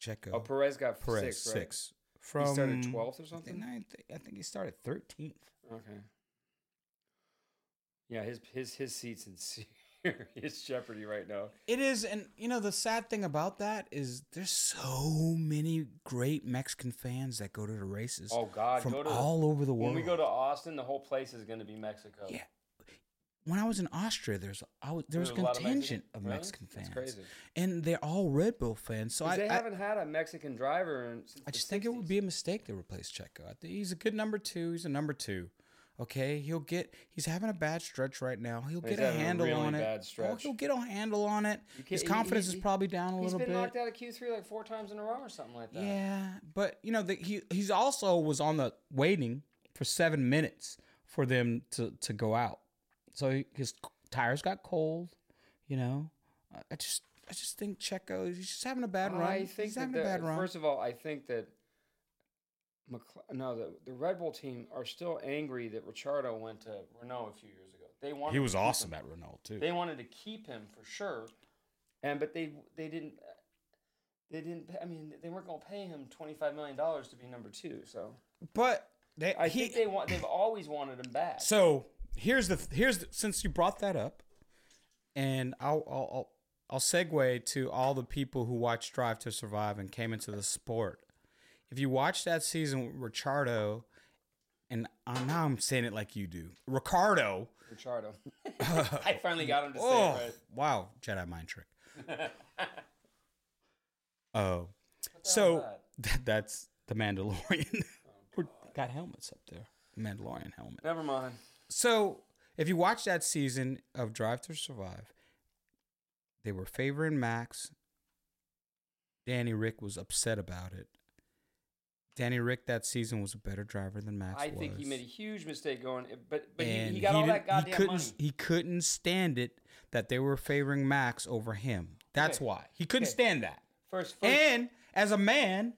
Speaker 4: Checo.
Speaker 1: Oh, Perez got f-
Speaker 4: Perez
Speaker 1: six. Right?
Speaker 4: From
Speaker 1: He started 12th or
Speaker 4: I think
Speaker 1: something?
Speaker 4: nine- I think, I think he started 13th.
Speaker 1: Okay. Yeah, his his his seat's in serious jeopardy right now.
Speaker 4: It is, and you know the sad thing about that is there's so many great Mexican fans that go to the races.
Speaker 1: Oh God,
Speaker 4: from
Speaker 1: go to
Speaker 4: all over the world.
Speaker 1: When we go to Austin, the whole place is going to be Mexico.
Speaker 4: yeah, when I was in Austria, there's I was, there was a
Speaker 1: lot of Mexican-
Speaker 4: contingent of
Speaker 1: Really?
Speaker 4: Mexican,
Speaker 1: That's
Speaker 4: fans,
Speaker 1: crazy.
Speaker 4: and they're all Red Bull fans. So
Speaker 1: 'Cause
Speaker 4: I,
Speaker 1: they
Speaker 4: I,
Speaker 1: haven't had a Mexican driver. In, since the
Speaker 4: I just think it would
Speaker 1: 60s.
Speaker 4: be a mistake to replace Checo. I think he's a good number two. He's a number two. Okay, he'll get. He's having a bad stretch right now. He'll
Speaker 1: He's
Speaker 4: get a
Speaker 1: having a
Speaker 4: handle
Speaker 1: really
Speaker 4: on it.
Speaker 1: bad
Speaker 4: Oh,
Speaker 1: stretch.
Speaker 4: he'll get a handle on it.
Speaker 1: You can't-
Speaker 4: His
Speaker 1: he-
Speaker 4: confidence
Speaker 1: he-
Speaker 4: is probably down a
Speaker 1: He's
Speaker 4: little
Speaker 1: been
Speaker 4: bit.
Speaker 1: knocked out of Q three like four times in a row or something like that.
Speaker 4: Yeah, but you know, the, he he's also was on the waiting for seven minutes for them to to go out. So he- his tires got cold. You know, I- I just I just think Checo he's just having a bad run.
Speaker 1: I think
Speaker 4: he's
Speaker 1: that
Speaker 4: having
Speaker 1: the-
Speaker 4: a bad run.
Speaker 1: First of all, I think that McLaren, no, the, the Red Bull team are still angry that Ricciardo went to Renault a few years ago. They wanted
Speaker 4: he was
Speaker 1: to keep
Speaker 4: awesome
Speaker 1: him.
Speaker 4: at Renault too.
Speaker 1: They wanted to keep him for sure, and but they they didn't they didn't. I mean, they weren't going to pay him twenty five million dollars to be number two. So
Speaker 4: but they,
Speaker 1: I
Speaker 4: Eh, he,
Speaker 1: think they want they've always wanted him back.
Speaker 4: So here's the here's the, since you brought that up, and I'll I'll I'll, I'll segue to all the people who watched Drive to Survive and came into the sport. If you watch that season, with Ricciardo, and I, now I'm saying it like you do, Ricardo.
Speaker 1: Ricciardo, I finally got him to say it
Speaker 4: Oh
Speaker 1: right.
Speaker 4: wow, Jedi mind trick. Oh, so that, that's the Mandalorian.
Speaker 1: Oh,
Speaker 4: We're- Got helmets up there, Mandalorian helmet.
Speaker 1: Never mind.
Speaker 4: So if you watch that season of Drive to Survive, they were favoring Max. Danny Rick was upset about it. Danny Rick that season was a better driver than Max.
Speaker 1: I think he
Speaker 4: was.
Speaker 1: made a huge mistake going, but but he,
Speaker 4: And
Speaker 1: he got all
Speaker 4: didn't-
Speaker 1: that goddamn
Speaker 4: he couldn't,
Speaker 1: money.
Speaker 4: He couldn't stand it that they were favoring Max over him. That's
Speaker 1: Okay.
Speaker 4: why he couldn't
Speaker 1: Okay.
Speaker 4: stand that.
Speaker 1: First, first,
Speaker 4: And as a man,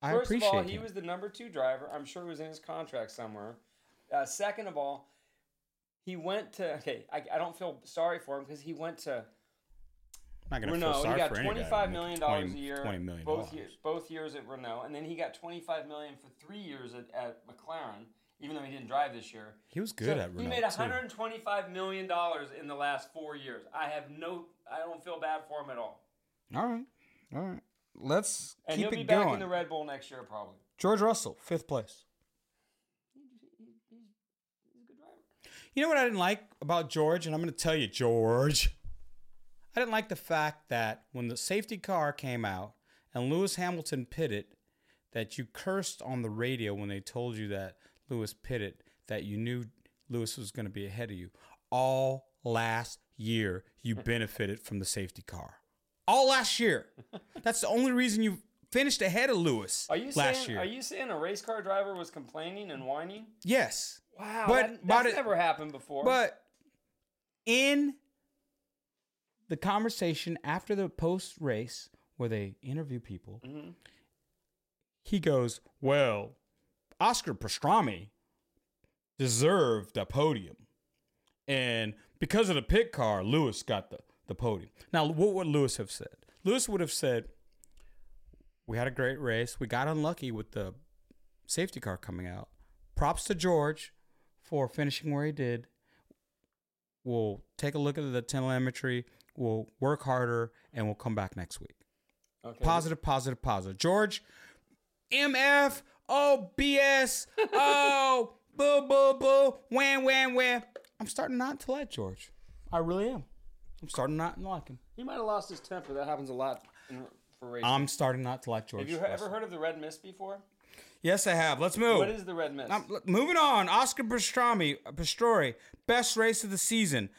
Speaker 4: I
Speaker 1: first
Speaker 4: appreciate
Speaker 1: of all, he
Speaker 4: him.
Speaker 1: was the number two driver. I'm sure it was in his contract somewhere. Uh, second of all, he went to. Okay, I, I don't feel sorry for him because he went to
Speaker 4: not gonna feel
Speaker 1: Renault. He
Speaker 4: sorry
Speaker 1: got
Speaker 4: for any guy
Speaker 1: twenty five
Speaker 4: making
Speaker 1: million
Speaker 4: 20
Speaker 1: dollars a year,
Speaker 4: Twenty million
Speaker 1: both
Speaker 4: dollars.
Speaker 1: years, both years at Renault, and then he got twenty five million for three years at, at McLaren, even though he didn't drive this year.
Speaker 4: He was good
Speaker 1: So
Speaker 4: at Renault
Speaker 1: He made
Speaker 4: too.
Speaker 1: 125 million dollars in the last four years. I have no, I don't feel bad for him at all.
Speaker 4: All right. All right. Let's
Speaker 1: And
Speaker 4: keep
Speaker 1: he'll be
Speaker 4: it
Speaker 1: back
Speaker 4: going.
Speaker 1: in the Red Bull next year, probably.
Speaker 4: George Russell, fifth place. You know what I didn't like about George, and I'm going to tell you, George. I didn't like the fact that when the safety car came out and Lewis Hamilton pitted, that you cursed on the radio when they told you that Lewis pitted, that you knew Lewis was going to be ahead of you. All last year, you benefited from the safety car. All last year. That's the only reason you finished ahead of Lewis
Speaker 1: Are you
Speaker 4: last
Speaker 1: saying?
Speaker 4: year.
Speaker 1: Are you saying a race car driver was complaining and whining?
Speaker 4: yes.
Speaker 1: Wow,
Speaker 4: But-
Speaker 1: that, that's
Speaker 4: but it-
Speaker 1: never happened before.
Speaker 4: But in the conversation after the post race where they interview people,
Speaker 1: Mhm.
Speaker 4: he goes, Well, Oscar Pastrami deserved a podium. And because of the pit car, Lewis got the, the podium. Now, what would Lewis have said? Lewis would have said, We had a great race. We got unlucky with the safety car coming out. Props to George for finishing where he did. We'll take a look at the telemetry. We'll work harder and we'll come back next week.
Speaker 1: okay.
Speaker 4: Positive, positive, positive. George, MF, oh, BS, oh, boo, boo, boo, wham, wham, wham. I'm starting not to like George. I really am. I'm starting not to like him.
Speaker 1: He might have lost his temper. That happens a lot in, for racing.
Speaker 4: I'm starting not to like George.
Speaker 1: have you he-
Speaker 4: Russell.
Speaker 1: ever heard of the red mist before?
Speaker 4: Yes, I have. Let's move.
Speaker 1: What is the red mist?
Speaker 4: Um, look, moving on, Oscar Pastrami, Pastrori, best race of the season,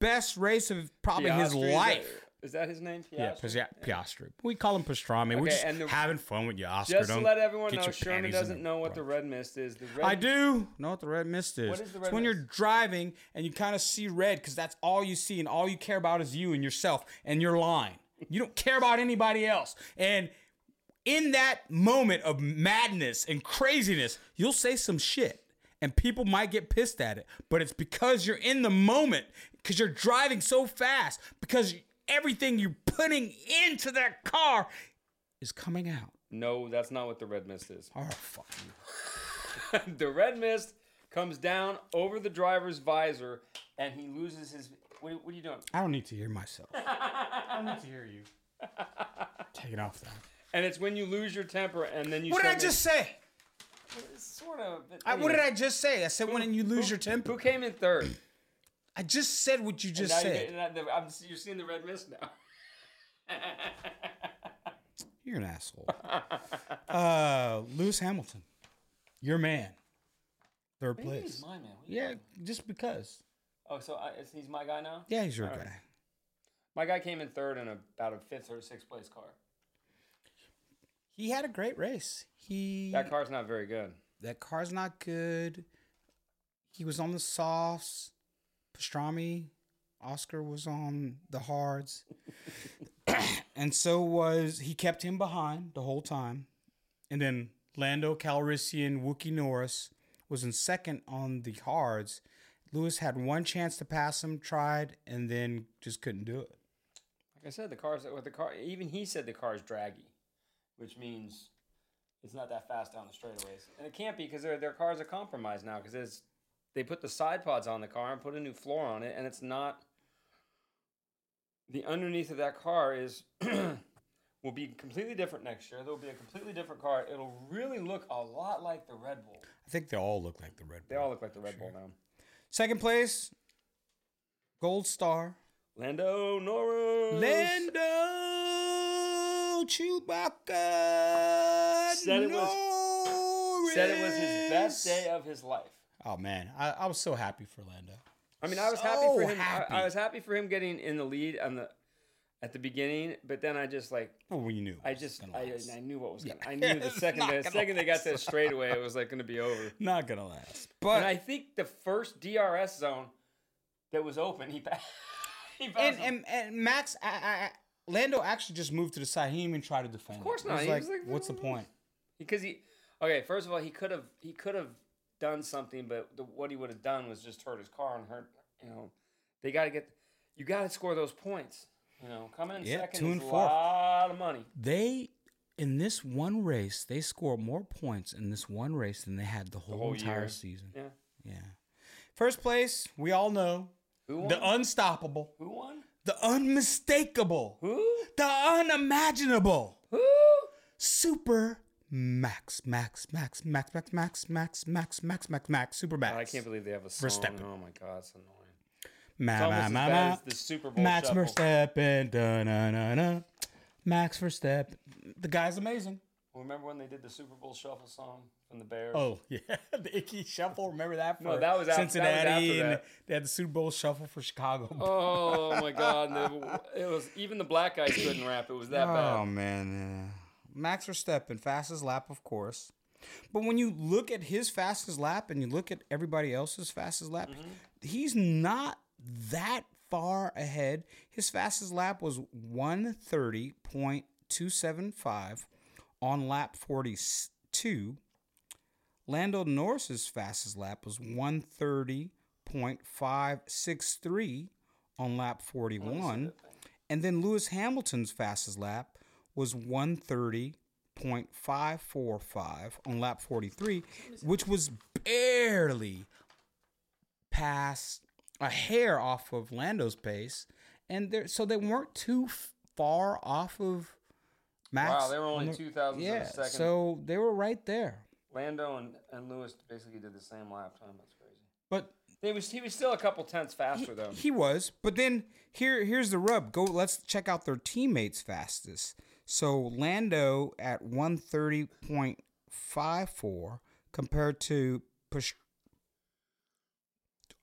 Speaker 4: best race of probably his
Speaker 1: Piastri, is that-
Speaker 4: life.
Speaker 1: Is that his name?
Speaker 4: Yeah,
Speaker 1: Piastri?
Speaker 4: Piastri. Piastri. We call him Pastrami. We're
Speaker 1: Okay,
Speaker 4: just
Speaker 1: and the-
Speaker 4: having fun with you, Oscar.
Speaker 1: Just to
Speaker 4: Don't
Speaker 1: let everyone
Speaker 4: get
Speaker 1: know,
Speaker 4: your
Speaker 1: Sherman
Speaker 4: panties in
Speaker 1: doesn't
Speaker 4: a
Speaker 1: know what the
Speaker 4: bunch.
Speaker 1: red mist is. The red
Speaker 4: I do know what the red mist is.
Speaker 1: What is the red
Speaker 4: it's when you're
Speaker 1: mist?
Speaker 4: driving and you kind of see red because that's all you see and all you care about is you and yourself and your line. You don't care about anybody else. And in that moment of madness and craziness, you'll say some shit and people might get pissed at it, but it's because you're in the moment because you're driving so fast because everything you're putting into that car is coming out.
Speaker 1: No, that's not what the red mist is.
Speaker 4: Oh, fuck.
Speaker 1: the red mist comes down over the driver's visor, and he loses his. What, what are you doing?
Speaker 4: I don't need to hear myself. I don't need to hear you. Take it off that.
Speaker 1: And it's when you lose your temper, and then you.
Speaker 4: What did I
Speaker 1: start
Speaker 4: just say?
Speaker 1: making- It's Sort of. but
Speaker 4: I, what did
Speaker 1: anyway.
Speaker 4: I just say? I said when you lose your temper.
Speaker 1: Who came in third?
Speaker 4: I just said what you just
Speaker 1: now you're,
Speaker 4: said.
Speaker 1: getting that- the- I'm, you're seeing the red mist now.
Speaker 4: You're an asshole. uh, Lewis Hamilton, your man, third place.
Speaker 1: He's my man. What are you
Speaker 4: Yeah,
Speaker 1: talking
Speaker 4: just because.
Speaker 1: about? Oh, so I, it's- he's my guy now.
Speaker 4: Yeah, he's your
Speaker 1: All
Speaker 4: guy.
Speaker 1: right. My guy came in third in about a fifth or sixth place car.
Speaker 4: He had a great race. He
Speaker 1: That car's not very good.
Speaker 4: that car's not good. He was on the softs. Pastrami, Oscar was on the hards. and so was he kept him behind the whole time. And then Lando Calrissian, Wookie Norris was in second on the hards. Lewis had one chance to pass him, tried, and then just couldn't do it.
Speaker 1: Like I said, the car's with the car. Even he said the car's draggy, which means it's not that fast down the straightaways, and it can't be because their their cars are compromised now because it's they put the side pods on the car and put a new floor on it, and it's not. The underneath of that car is will be completely different next year. There will be a completely different car. It'll really look a lot like the Red Bull.
Speaker 4: I think they all look like the Red
Speaker 1: They
Speaker 4: Bull.
Speaker 1: all look like the Red Bull now.
Speaker 4: Second place, Gold Star.
Speaker 1: Lando Norris.
Speaker 4: Lando Chewbacca.
Speaker 1: Said it said it was his best day of his life.
Speaker 4: Oh man, I, I was so happy for Lando.
Speaker 1: I mean, I was happy for
Speaker 4: So
Speaker 1: him.
Speaker 4: happy.
Speaker 1: I, I was happy for him getting in the lead on the at the beginning, but then I just like
Speaker 4: Oh, we knew.
Speaker 1: I
Speaker 4: it was
Speaker 1: just
Speaker 4: gonna
Speaker 1: I,
Speaker 4: last.
Speaker 1: I knew what was going. to I knew the second
Speaker 4: not
Speaker 1: the
Speaker 4: gonna
Speaker 1: second they got that straightaway, it was like going to be over.
Speaker 4: not gonna last.
Speaker 1: And
Speaker 4: But
Speaker 1: I think the first DRS zone that was open, he passed. He passed
Speaker 4: and,
Speaker 1: him.
Speaker 4: and and Max, I, I, I Lando actually just moved to the side. He didn't even try to defend.
Speaker 1: Of course
Speaker 4: it.
Speaker 1: not.
Speaker 4: He
Speaker 1: He
Speaker 4: was
Speaker 1: was
Speaker 4: like,
Speaker 1: like, "Mm."
Speaker 4: what's the point?
Speaker 1: because he okay first of all he could have he could have done something but the, what he would have done was just hurt his car and hurt you know they got to get you got to score those points you know coming in
Speaker 4: Yeah,
Speaker 1: second
Speaker 4: two
Speaker 1: is
Speaker 4: and
Speaker 1: a
Speaker 4: fourth.
Speaker 1: lot of money
Speaker 4: They in this one race, they scored more points in this one race than they had the whole,
Speaker 1: whole
Speaker 4: entire
Speaker 1: year.
Speaker 4: season.
Speaker 1: yeah
Speaker 4: Yeah. First place, we all know
Speaker 1: who won
Speaker 4: the unstoppable,
Speaker 1: who won
Speaker 4: the unmistakable.
Speaker 1: who
Speaker 4: The unimaginable.
Speaker 1: who
Speaker 4: Super Max, Max, Max, Max, Max, Max, Max, Max, Max, Max, Max, Super Max.
Speaker 1: God, Oh, I can't believe they have a song.
Speaker 4: Verstappen.
Speaker 1: Oh my god, it's annoying. It's
Speaker 4: Ma,
Speaker 1: almost
Speaker 4: ma,
Speaker 1: as
Speaker 4: ma,
Speaker 1: bad
Speaker 4: ma.
Speaker 1: as the Super Bowl
Speaker 4: Max
Speaker 1: shuffle.
Speaker 4: Verstappen. Da, na, na, na. Max Verstappen. The guy's amazing.
Speaker 1: Remember when they did the Super Bowl shuffle song from the Bears?
Speaker 4: Oh, yeah. The Icky Shuffle. Remember that? For
Speaker 1: No, that was af- that was
Speaker 4: Cincinnati.
Speaker 1: after
Speaker 4: and
Speaker 1: that.
Speaker 4: They had the Super Bowl Shuffle for Chicago.
Speaker 1: Oh my god, and they- it was even the black guys couldn't rap. It was that
Speaker 4: Oh
Speaker 1: bad.
Speaker 4: man, yeah. Max Verstappen, fastest lap, of course. But when you look at his fastest lap and you look at everybody else's fastest lap,
Speaker 1: Mm-hmm.
Speaker 4: he's not that far ahead. His fastest lap was 130.275 on lap 42. Lando Norris's fastest lap was 130.563 on
Speaker 1: Oh,
Speaker 4: lap 41. And then Lewis Hamilton's fastest lap was 130.545 on lap 43, which was barely past a hair off of Lando's pace. And there, so they weren't too f- far off of Max.
Speaker 1: Wow, they were only
Speaker 4: on the-
Speaker 1: two thousandths of
Speaker 4: Yeah,
Speaker 1: a second.
Speaker 4: so they were right there.
Speaker 1: Lando and, and Lewis basically did the same lap time. That's crazy.
Speaker 4: But
Speaker 1: He was he was still a couple tenths faster though.
Speaker 4: He was, but then here here's the rub. Go let's check out their teammates fastest. So Lando at 130.54 compared to Push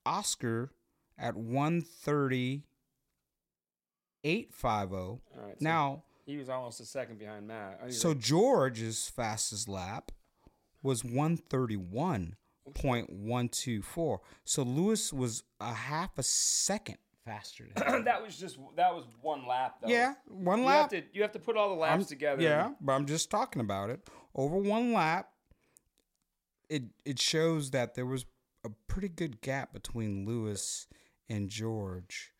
Speaker 4: Oscar at 138.50.
Speaker 1: All right, so
Speaker 4: oh. Now,
Speaker 1: he was almost a second behind Matt. Oh, he's
Speaker 4: so
Speaker 1: like-
Speaker 4: George's fastest lap was 131.124. So Lewis was a half a second faster than him.
Speaker 1: that was just that was one lap though.
Speaker 4: Yeah, one
Speaker 1: You
Speaker 4: lap.
Speaker 1: have to you have to put all the laps
Speaker 4: I'm-
Speaker 1: together.
Speaker 4: Yeah, but I'm just talking about it. Over one lap, it it shows that there was a pretty good gap between Lewis and George.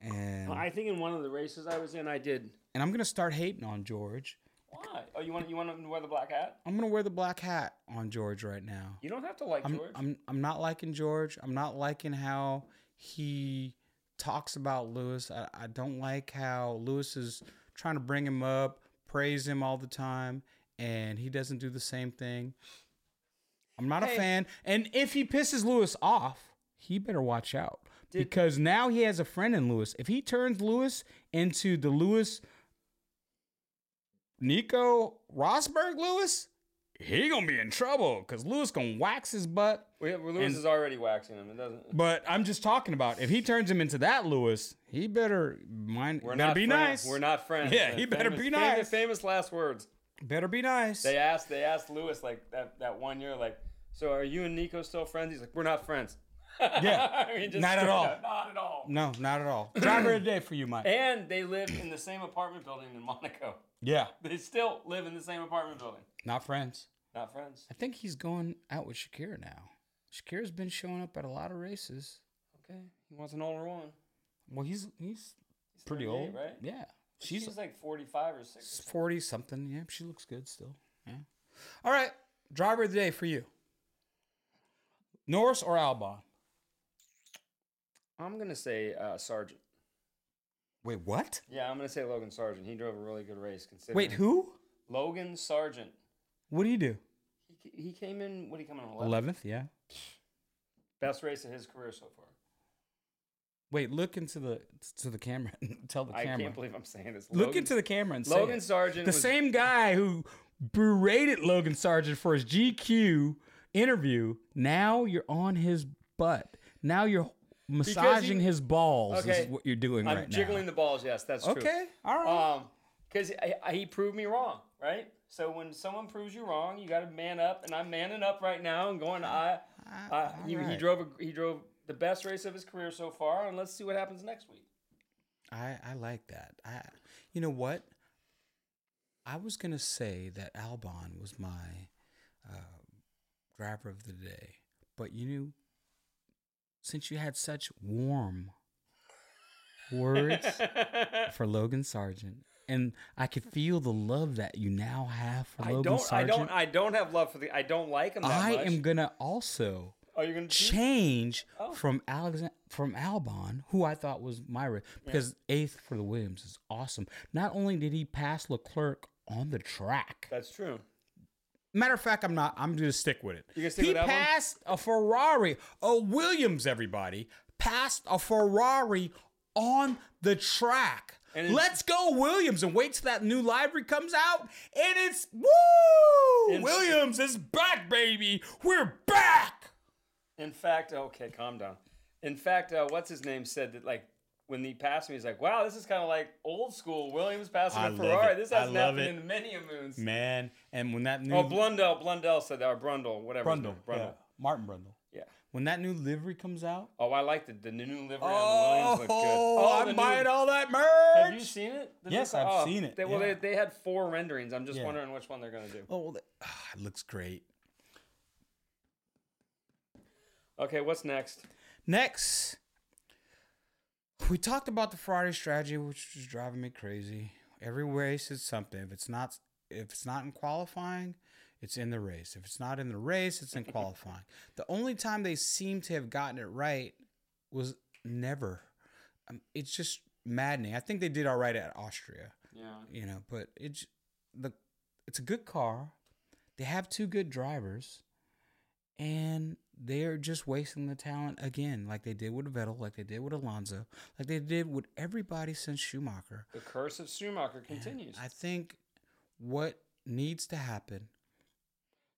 Speaker 4: And
Speaker 1: I think in one of the races I was in, I did.
Speaker 4: and I'm gonna start hating on George
Speaker 1: Why? Oh, you want you want him to wear the black hat?
Speaker 4: I'm gonna wear the black hat on George right now.
Speaker 1: You don't have to like
Speaker 4: I'm,
Speaker 1: George.
Speaker 4: I'm I'm not liking George. I'm not liking how he talks about Lewis. I, I don't like how Lewis is trying to bring him up, praise him all the time, and he doesn't do the same thing. I'm not
Speaker 1: Hey.
Speaker 4: a fan. And if he pisses Lewis off, he better watch out.
Speaker 1: Did-
Speaker 4: because now he has a friend in Lewis. If he turns Lewis into the Lewis Nico Rosberg Lewis, he gonna be in trouble because Lewis gonna wax his butt.
Speaker 1: We have, Lewis is already waxing him. It doesn't.
Speaker 4: But I'm just talking about if he turns him into that Lewis, he better mind.
Speaker 1: We're
Speaker 4: better
Speaker 1: not
Speaker 4: be
Speaker 1: friends.
Speaker 4: nice.
Speaker 1: We're not friends.
Speaker 4: Yeah,
Speaker 1: Uh,
Speaker 4: he better
Speaker 1: famous-
Speaker 4: be
Speaker 1: famous-
Speaker 4: nice.
Speaker 1: Famous last words.
Speaker 4: Better be nice.
Speaker 1: They asked. They asked Lewis like that. That one year, like, so are you and Nico still friends? He's like, we're not friends.
Speaker 4: Yeah,
Speaker 1: I mean, just
Speaker 4: not at
Speaker 1: straight
Speaker 4: all.
Speaker 1: up, Not at all.
Speaker 4: No, not at all. Driver of the day for you, Mike.
Speaker 1: And they live in the same apartment building in Monaco.
Speaker 4: Yeah,
Speaker 1: They still live in the same apartment building.
Speaker 4: not friends.
Speaker 1: Not friends.
Speaker 4: I think he's going out with Shakira now. Shakira's been showing up at a lot of races.
Speaker 1: Okay. He wants an older woman.
Speaker 4: Well, he's he's
Speaker 1: He's
Speaker 4: pretty
Speaker 1: 38,
Speaker 4: old,
Speaker 1: right?
Speaker 4: Yeah,
Speaker 1: She's,
Speaker 4: she's
Speaker 1: like 45 or 60.
Speaker 4: forty something. Yeah, she looks good still. Yeah. All right, driver of the day for you. Norris or Albon?
Speaker 1: I'm going to say uh, Sargent.
Speaker 4: Wait, what?
Speaker 1: Yeah, I'm going to say Logan Sargent. He drove a really good race. Considering
Speaker 4: Wait, who?
Speaker 1: Logan Sargent.
Speaker 4: What do you do?
Speaker 1: He, he came in, what did he come in? 11th?
Speaker 4: Eleventh, yeah.
Speaker 1: Best race of his career so far.
Speaker 4: Wait, look into the to the camera. Tell the
Speaker 1: I
Speaker 4: camera.
Speaker 1: can't believe I'm saying this.
Speaker 4: look
Speaker 1: Logan-
Speaker 4: into the camera and say
Speaker 1: Logan
Speaker 4: it.
Speaker 1: Sargent.
Speaker 4: the
Speaker 1: was-
Speaker 4: same guy who berated Logan Sargent for his GQ interview. Now you're on his butt. Now you're massaging his balls.
Speaker 1: Okay.
Speaker 4: Is what you're doing
Speaker 1: I'm
Speaker 4: right
Speaker 1: jiggling
Speaker 4: now.
Speaker 1: the balls. Yes, that's true.
Speaker 4: okay, all right.
Speaker 1: Um, because he proved me wrong, right? So when someone proves you wrong, you got to man up, and I'm manning up right now and going. I, I he, he
Speaker 4: alright.
Speaker 1: drove a, he drove the best race of his career so far, and let's see what happens next week.
Speaker 4: I I like that. I you know what? I was gonna say that Albon was my uh, driver of the day, but you knew since you had such warm words for Logan Sargent, and I could feel the love that you now have for
Speaker 1: I
Speaker 4: Logan
Speaker 1: don't,
Speaker 4: Sargent.
Speaker 1: I don't, I don't have love for the. I don't like him. That
Speaker 4: I
Speaker 1: much.
Speaker 4: am gonna also
Speaker 1: Oh, you're gonna cheat?
Speaker 4: Mm-hmm. change
Speaker 1: Oh.
Speaker 4: from Alexan from Albon, who I thought was my ra- because eighth for the Williams is awesome. Not only did he pass Leclerc on the track,
Speaker 1: That's true.
Speaker 4: matter of fact, I'm not. I'm gonna stick with it.
Speaker 1: You gonna stick
Speaker 4: he
Speaker 1: with Albon?
Speaker 4: passed a Ferrari, a Williams. Everybody passed a Ferrari on the track.
Speaker 1: And it's-
Speaker 4: Let's go Williams and wait till that new library comes out and it's woo!
Speaker 1: And-
Speaker 4: Williams is back, baby. We're back.
Speaker 1: In fact, oh, okay, calm down. In fact, uh, what's his name said that like when he passed me, he's like, "Wow, this is kind of like old school Williams passing
Speaker 4: I
Speaker 1: a
Speaker 4: love
Speaker 1: Ferrari.
Speaker 4: it.
Speaker 1: This
Speaker 4: I
Speaker 1: hasn't
Speaker 4: love
Speaker 1: happened
Speaker 4: it.
Speaker 1: in many a moons."
Speaker 4: Man, and when that new
Speaker 1: Oh, Blundell, Blundell said that, or Brundle, whatever. his
Speaker 4: Brundle,
Speaker 1: name- Brundle.
Speaker 4: Martin Brundle.
Speaker 1: Yeah.
Speaker 4: When that new livery comes out,
Speaker 1: Oh, I like the, the new livery on the Williams. Look good. Oh, the
Speaker 4: I'm
Speaker 1: new-
Speaker 4: buying all that
Speaker 1: Have you
Speaker 4: merch.
Speaker 1: seen it? The
Speaker 4: Yes,
Speaker 1: new-
Speaker 4: I've
Speaker 1: oh,
Speaker 4: seen it,
Speaker 1: They, well,
Speaker 4: yeah.
Speaker 1: they, they had four renderings. I'm just
Speaker 4: Yeah.
Speaker 1: wondering which one they're gonna do.
Speaker 4: Oh, that, ah, it looks great.
Speaker 1: Okay, what's next?
Speaker 4: Next, we talked about the Ferrari strategy, which is driving me crazy. Every race is something. If it's not, if it's not in qualifying, it's in the race. If it's not in the race, it's in qualifying. The only time they seem to have gotten it right was never. Um, it's just maddening. I think they did all right at Austria.
Speaker 1: Yeah.
Speaker 4: you know but it's the it's a good car they have two good drivers and they're just wasting the talent again like they did with Vettel like they did with Alonso like they did with everybody since Schumacher
Speaker 1: The curse of Schumacher
Speaker 4: And
Speaker 1: continues.
Speaker 4: I think what needs to happen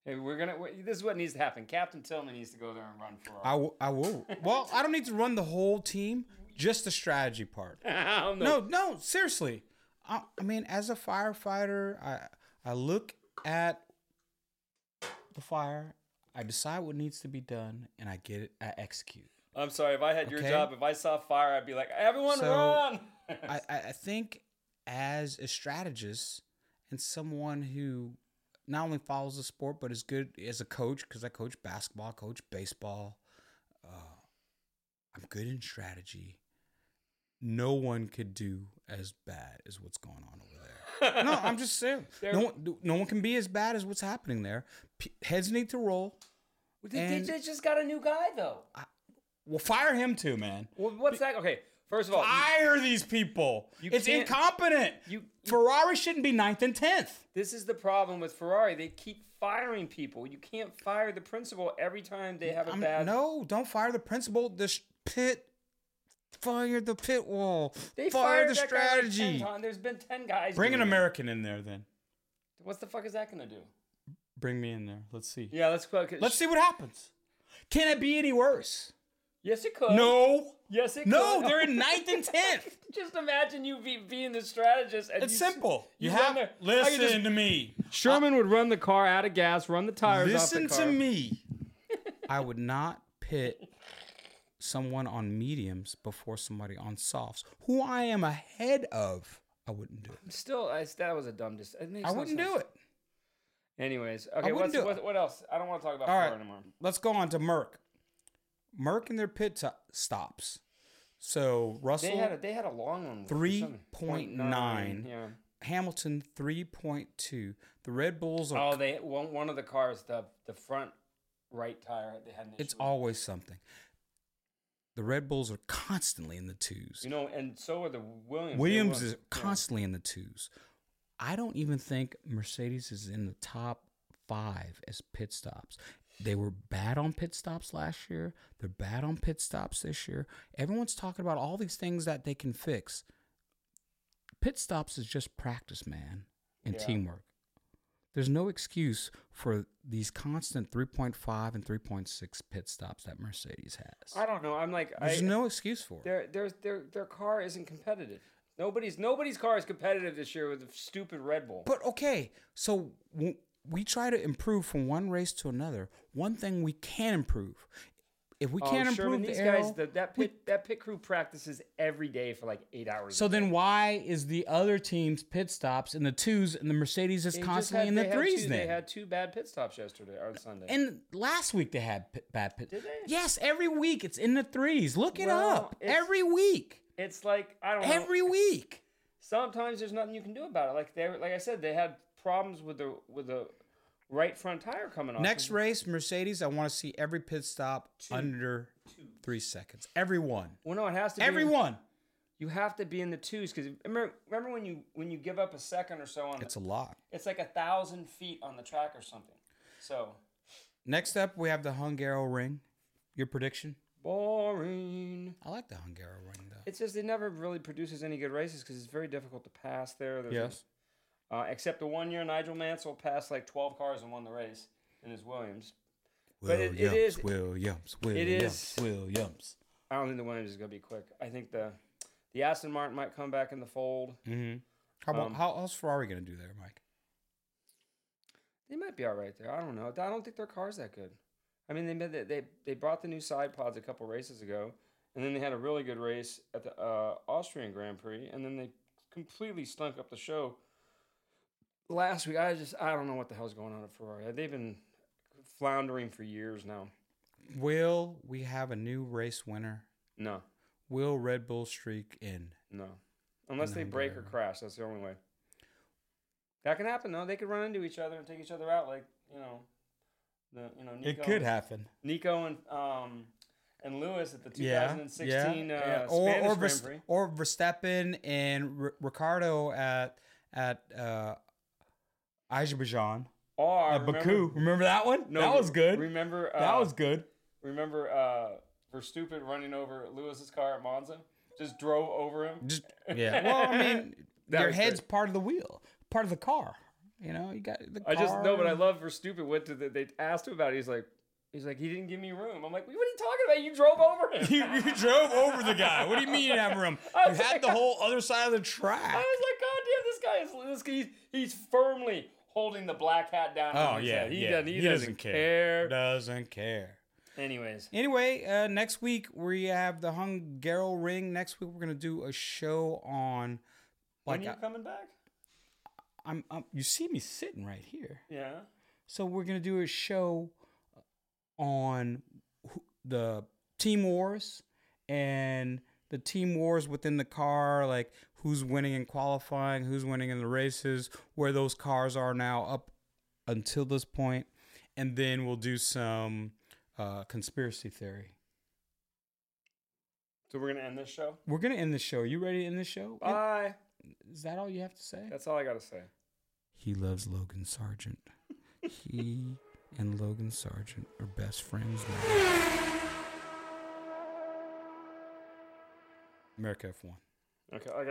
Speaker 1: Hey, we're gonna. we this is what needs to happen. Captain Tillman needs to go there and run Ferrari.
Speaker 4: I will- I will well I don't need to run the whole team just the strategy part
Speaker 1: I don't know.
Speaker 4: No, no, seriously. I, I mean, as a firefighter, I I look at the fire, I decide what needs to be done, and I get it. I execute.
Speaker 1: I'm sorry. If I had your
Speaker 4: Okay.
Speaker 1: job, if I saw fire, I'd be like, everyone
Speaker 4: So,
Speaker 1: run.
Speaker 4: I, I I think as a strategist and someone who not only follows the sport but is good as a coach because I coach basketball, coach baseball. Uh, I'm good in strategy. no one could do as bad as what's going on over there. no, I'm just saying.
Speaker 1: They're-
Speaker 4: No one, no one can be as bad as what's happening there. P- heads need to roll.
Speaker 1: They,
Speaker 4: And-
Speaker 1: they just got a new guy though.
Speaker 4: Well, fire him too, man.
Speaker 1: Well, what's that? Okay, first of all,
Speaker 4: Fire these people.
Speaker 1: You
Speaker 4: It's
Speaker 1: can't-
Speaker 4: incompetent.
Speaker 1: you-
Speaker 4: Ferrari shouldn't be ninth and tenth.
Speaker 1: this is the problem with Ferrari. They keep firing people. You can't fire the principal every time they have a
Speaker 4: I'm-
Speaker 1: bad.
Speaker 4: No, don't fire the principal. The sh- pit. Fire the pit wall.
Speaker 1: they
Speaker 4: fire
Speaker 1: fired
Speaker 4: the
Speaker 1: that guy like 10
Speaker 4: strategy.
Speaker 1: times. There's been ten guys.
Speaker 4: Bring an
Speaker 1: doing it.
Speaker 4: American in there then.
Speaker 1: What the fuck is that gonna do?
Speaker 4: Bring me in there. Let's see.
Speaker 1: Yeah, let's go.
Speaker 4: Let's see what happens. Can it be any worse?
Speaker 1: Yes, it could.
Speaker 4: No.
Speaker 1: Yes, it
Speaker 4: No,
Speaker 1: could.
Speaker 4: they're in ninth and tenth.
Speaker 1: Just imagine you be, being the strategist. And
Speaker 4: It's
Speaker 1: you,
Speaker 4: simple.
Speaker 1: You,
Speaker 4: You,
Speaker 1: run
Speaker 4: have
Speaker 1: there. I
Speaker 4: listen
Speaker 1: could just-
Speaker 4: to me.
Speaker 1: Sherman would run the car out of gas, run the tires
Speaker 4: Listen
Speaker 1: off the car.
Speaker 4: to me. I would not pit someone on mediums before somebody on softs, who I am ahead of. I wouldn't do it.
Speaker 1: Still, I, that was a dumb decision.
Speaker 4: I wouldn't do it.
Speaker 1: Anyways, okay.
Speaker 4: wouldn't
Speaker 1: What's,
Speaker 4: do it.
Speaker 1: what, what else? I don't want to talk about
Speaker 4: All
Speaker 1: Ferrari
Speaker 4: right.
Speaker 1: anymore.
Speaker 4: Let's go on to Merck. Merck and their pit to- stops. So Russell
Speaker 1: They had a, they had a long one. with- or something.
Speaker 4: 3.9.
Speaker 1: Yeah.
Speaker 4: Hamilton 3.2. The Red Bulls are
Speaker 1: Oh, they one, one of the cars the the front right tire they had an issue.
Speaker 4: it's
Speaker 1: with.
Speaker 4: always something. The Red Bulls are constantly in the twos.
Speaker 1: you know, and so are the Williams. They
Speaker 4: Williams
Speaker 1: were-
Speaker 4: is
Speaker 1: yeah.
Speaker 4: constantly in the twos. I don't even think Mercedes is in the top five as pit stops. They were bad on pit stops last year. They're bad on pit stops this year. Everyone's talking about all these things that they can fix. Pit stops is just practice, man, and
Speaker 1: Yeah.
Speaker 4: teamwork. There's no excuse for these constant 3.5 and 3.6 pit stops that Mercedes has.
Speaker 1: I don't know. I'm like
Speaker 4: There's
Speaker 1: I,
Speaker 4: no excuse for it.
Speaker 1: their their their their car isn't competitive. Nobody's nobody's car is competitive this year with the stupid Red Bull.
Speaker 4: But okay, so w- we try to improve from one race to another. One thing we can improve, if we
Speaker 1: Oh,
Speaker 4: can't
Speaker 1: Sherman,
Speaker 4: improve the
Speaker 1: these
Speaker 4: arrow,
Speaker 1: guys. The, that pit that pit crew practices every day for like eight hours.
Speaker 4: so
Speaker 1: a
Speaker 4: then
Speaker 1: day.
Speaker 4: why is the other team's pit stops in the twos and the Mercedes is
Speaker 1: They just
Speaker 4: constantly
Speaker 1: had-
Speaker 4: in the
Speaker 1: they had
Speaker 4: threes?
Speaker 1: two,
Speaker 4: then
Speaker 1: they had two bad pit stops yesterday or Sunday.
Speaker 4: and last week they had pit, bad pit.
Speaker 1: Did they?
Speaker 4: Yes, every week it's in the threes. Look it
Speaker 1: Well,
Speaker 4: up.
Speaker 1: it's-
Speaker 4: Every week,
Speaker 1: it's like I don't know.
Speaker 4: every week.
Speaker 1: sometimes there's nothing you can do about it. Like they, like I said, they had problems with the with the right front tire coming off.
Speaker 4: Next race, Mercedes. I want to see every pit stop under three seconds. Every one.
Speaker 1: Well, no, it has to.
Speaker 4: Every
Speaker 1: be,
Speaker 4: one.
Speaker 1: you have to be in the twos because remember, remember when you when you give up a second or so on,
Speaker 4: It's
Speaker 1: it's,
Speaker 4: a lot.
Speaker 1: it's like a thousand feet on the track or something. So
Speaker 4: Next up, we have the Hungaro ring. Your prediction?
Speaker 1: boring.
Speaker 4: I like the Hungaro ring though.
Speaker 1: It's just it never really produces any good races because it's very difficult to pass there. There's Uh, except the one year Nigel Mansell passed like 12 cars and won the race in his Williams. But it- it Williams, is-
Speaker 4: Williams. Williams.
Speaker 1: is-
Speaker 4: Williams.
Speaker 1: I don't think the Williams is going to be quick. I think the the Aston Martin might come back in the fold.
Speaker 4: Mm-hmm. How about
Speaker 1: Um,
Speaker 4: how how's Ferrari gonna do there, Mike?
Speaker 1: They might be all right there. I don't know. I don't think their car's that good. I mean, they made the, they they brought the new side pods a couple races ago, and then they had a really good race at the uh, Austrian Grand Prix, and then they completely stunk up the show last week. I just I don't know what the hell's going on at Ferrari. They've been floundering for years now.
Speaker 4: Will we have a new race winner?
Speaker 1: No,
Speaker 4: Will Red Bull streak in?
Speaker 1: no, unless they
Speaker 4: No,
Speaker 1: break or
Speaker 4: no.
Speaker 1: crash. That's the only way. That can happen though. They could run into each other and take each other out, like you know, the you know. Nico and-
Speaker 4: happen.
Speaker 1: Nico and um and Lewis at the
Speaker 4: Yeah,
Speaker 1: 2016
Speaker 4: yeah,
Speaker 1: uh,
Speaker 4: yeah. or
Speaker 1: Spanish
Speaker 4: or,
Speaker 1: Grand
Speaker 4: Vers-
Speaker 1: Prix.
Speaker 4: or Verstappen and R- Ricardo at at uh, Azerbaijan,
Speaker 1: Or
Speaker 4: uh,
Speaker 1: remember-
Speaker 4: Baku. Remember that one?
Speaker 1: no,
Speaker 4: that was good.
Speaker 1: Remember uh,
Speaker 4: that was good.
Speaker 1: Remember uh, Verstappen running over Lewis's car at Monza? Just drove over him.
Speaker 4: Just yeah. Well, I mean,
Speaker 1: That
Speaker 4: your
Speaker 1: was
Speaker 4: head's part of the wheel, part of the car. You know, you got the. Car
Speaker 1: I just no, but I love Verstappen went to the. They asked him about it. He's like, he's like, he didn't give me room. I'm like, what are you talking about? You drove over him.
Speaker 4: You, you drove over the guy. What do you mean you didn't have room?
Speaker 1: I
Speaker 4: You
Speaker 1: was
Speaker 4: had
Speaker 1: like-
Speaker 4: the whole other side of the track.
Speaker 1: I was like, God damn, this guy is this guy, he's, he's firmly holding the black hat down. on
Speaker 4: Oh
Speaker 1: his
Speaker 4: yeah,
Speaker 1: head. he
Speaker 4: yeah.
Speaker 1: doesn't he, doesn't, care.
Speaker 4: Doesn't care.
Speaker 1: Anyways,
Speaker 4: Anyway, uh, next week we have the Hungaro Ring. Next week we're gonna do a show on.
Speaker 1: when
Speaker 4: Like
Speaker 1: are you
Speaker 4: I,
Speaker 1: coming back?
Speaker 4: I'm, I'm, you see me sitting right here.
Speaker 1: Yeah.
Speaker 4: So we're gonna do a show on who- the team wars and the team wars within the car, like who's winning in qualifying, who's winning in the races, where those cars are now up until this point, and then we'll do some uh, conspiracy theory.
Speaker 1: So we're gonna end this show.
Speaker 4: We're gonna end the show. You ready to end the show?
Speaker 1: Bye.
Speaker 4: Is that all you have to say?
Speaker 1: That's all I gotta say.
Speaker 4: He loves Logan Sargent. he and Logan Sargent are best friends now. America F1.
Speaker 1: Okay, I got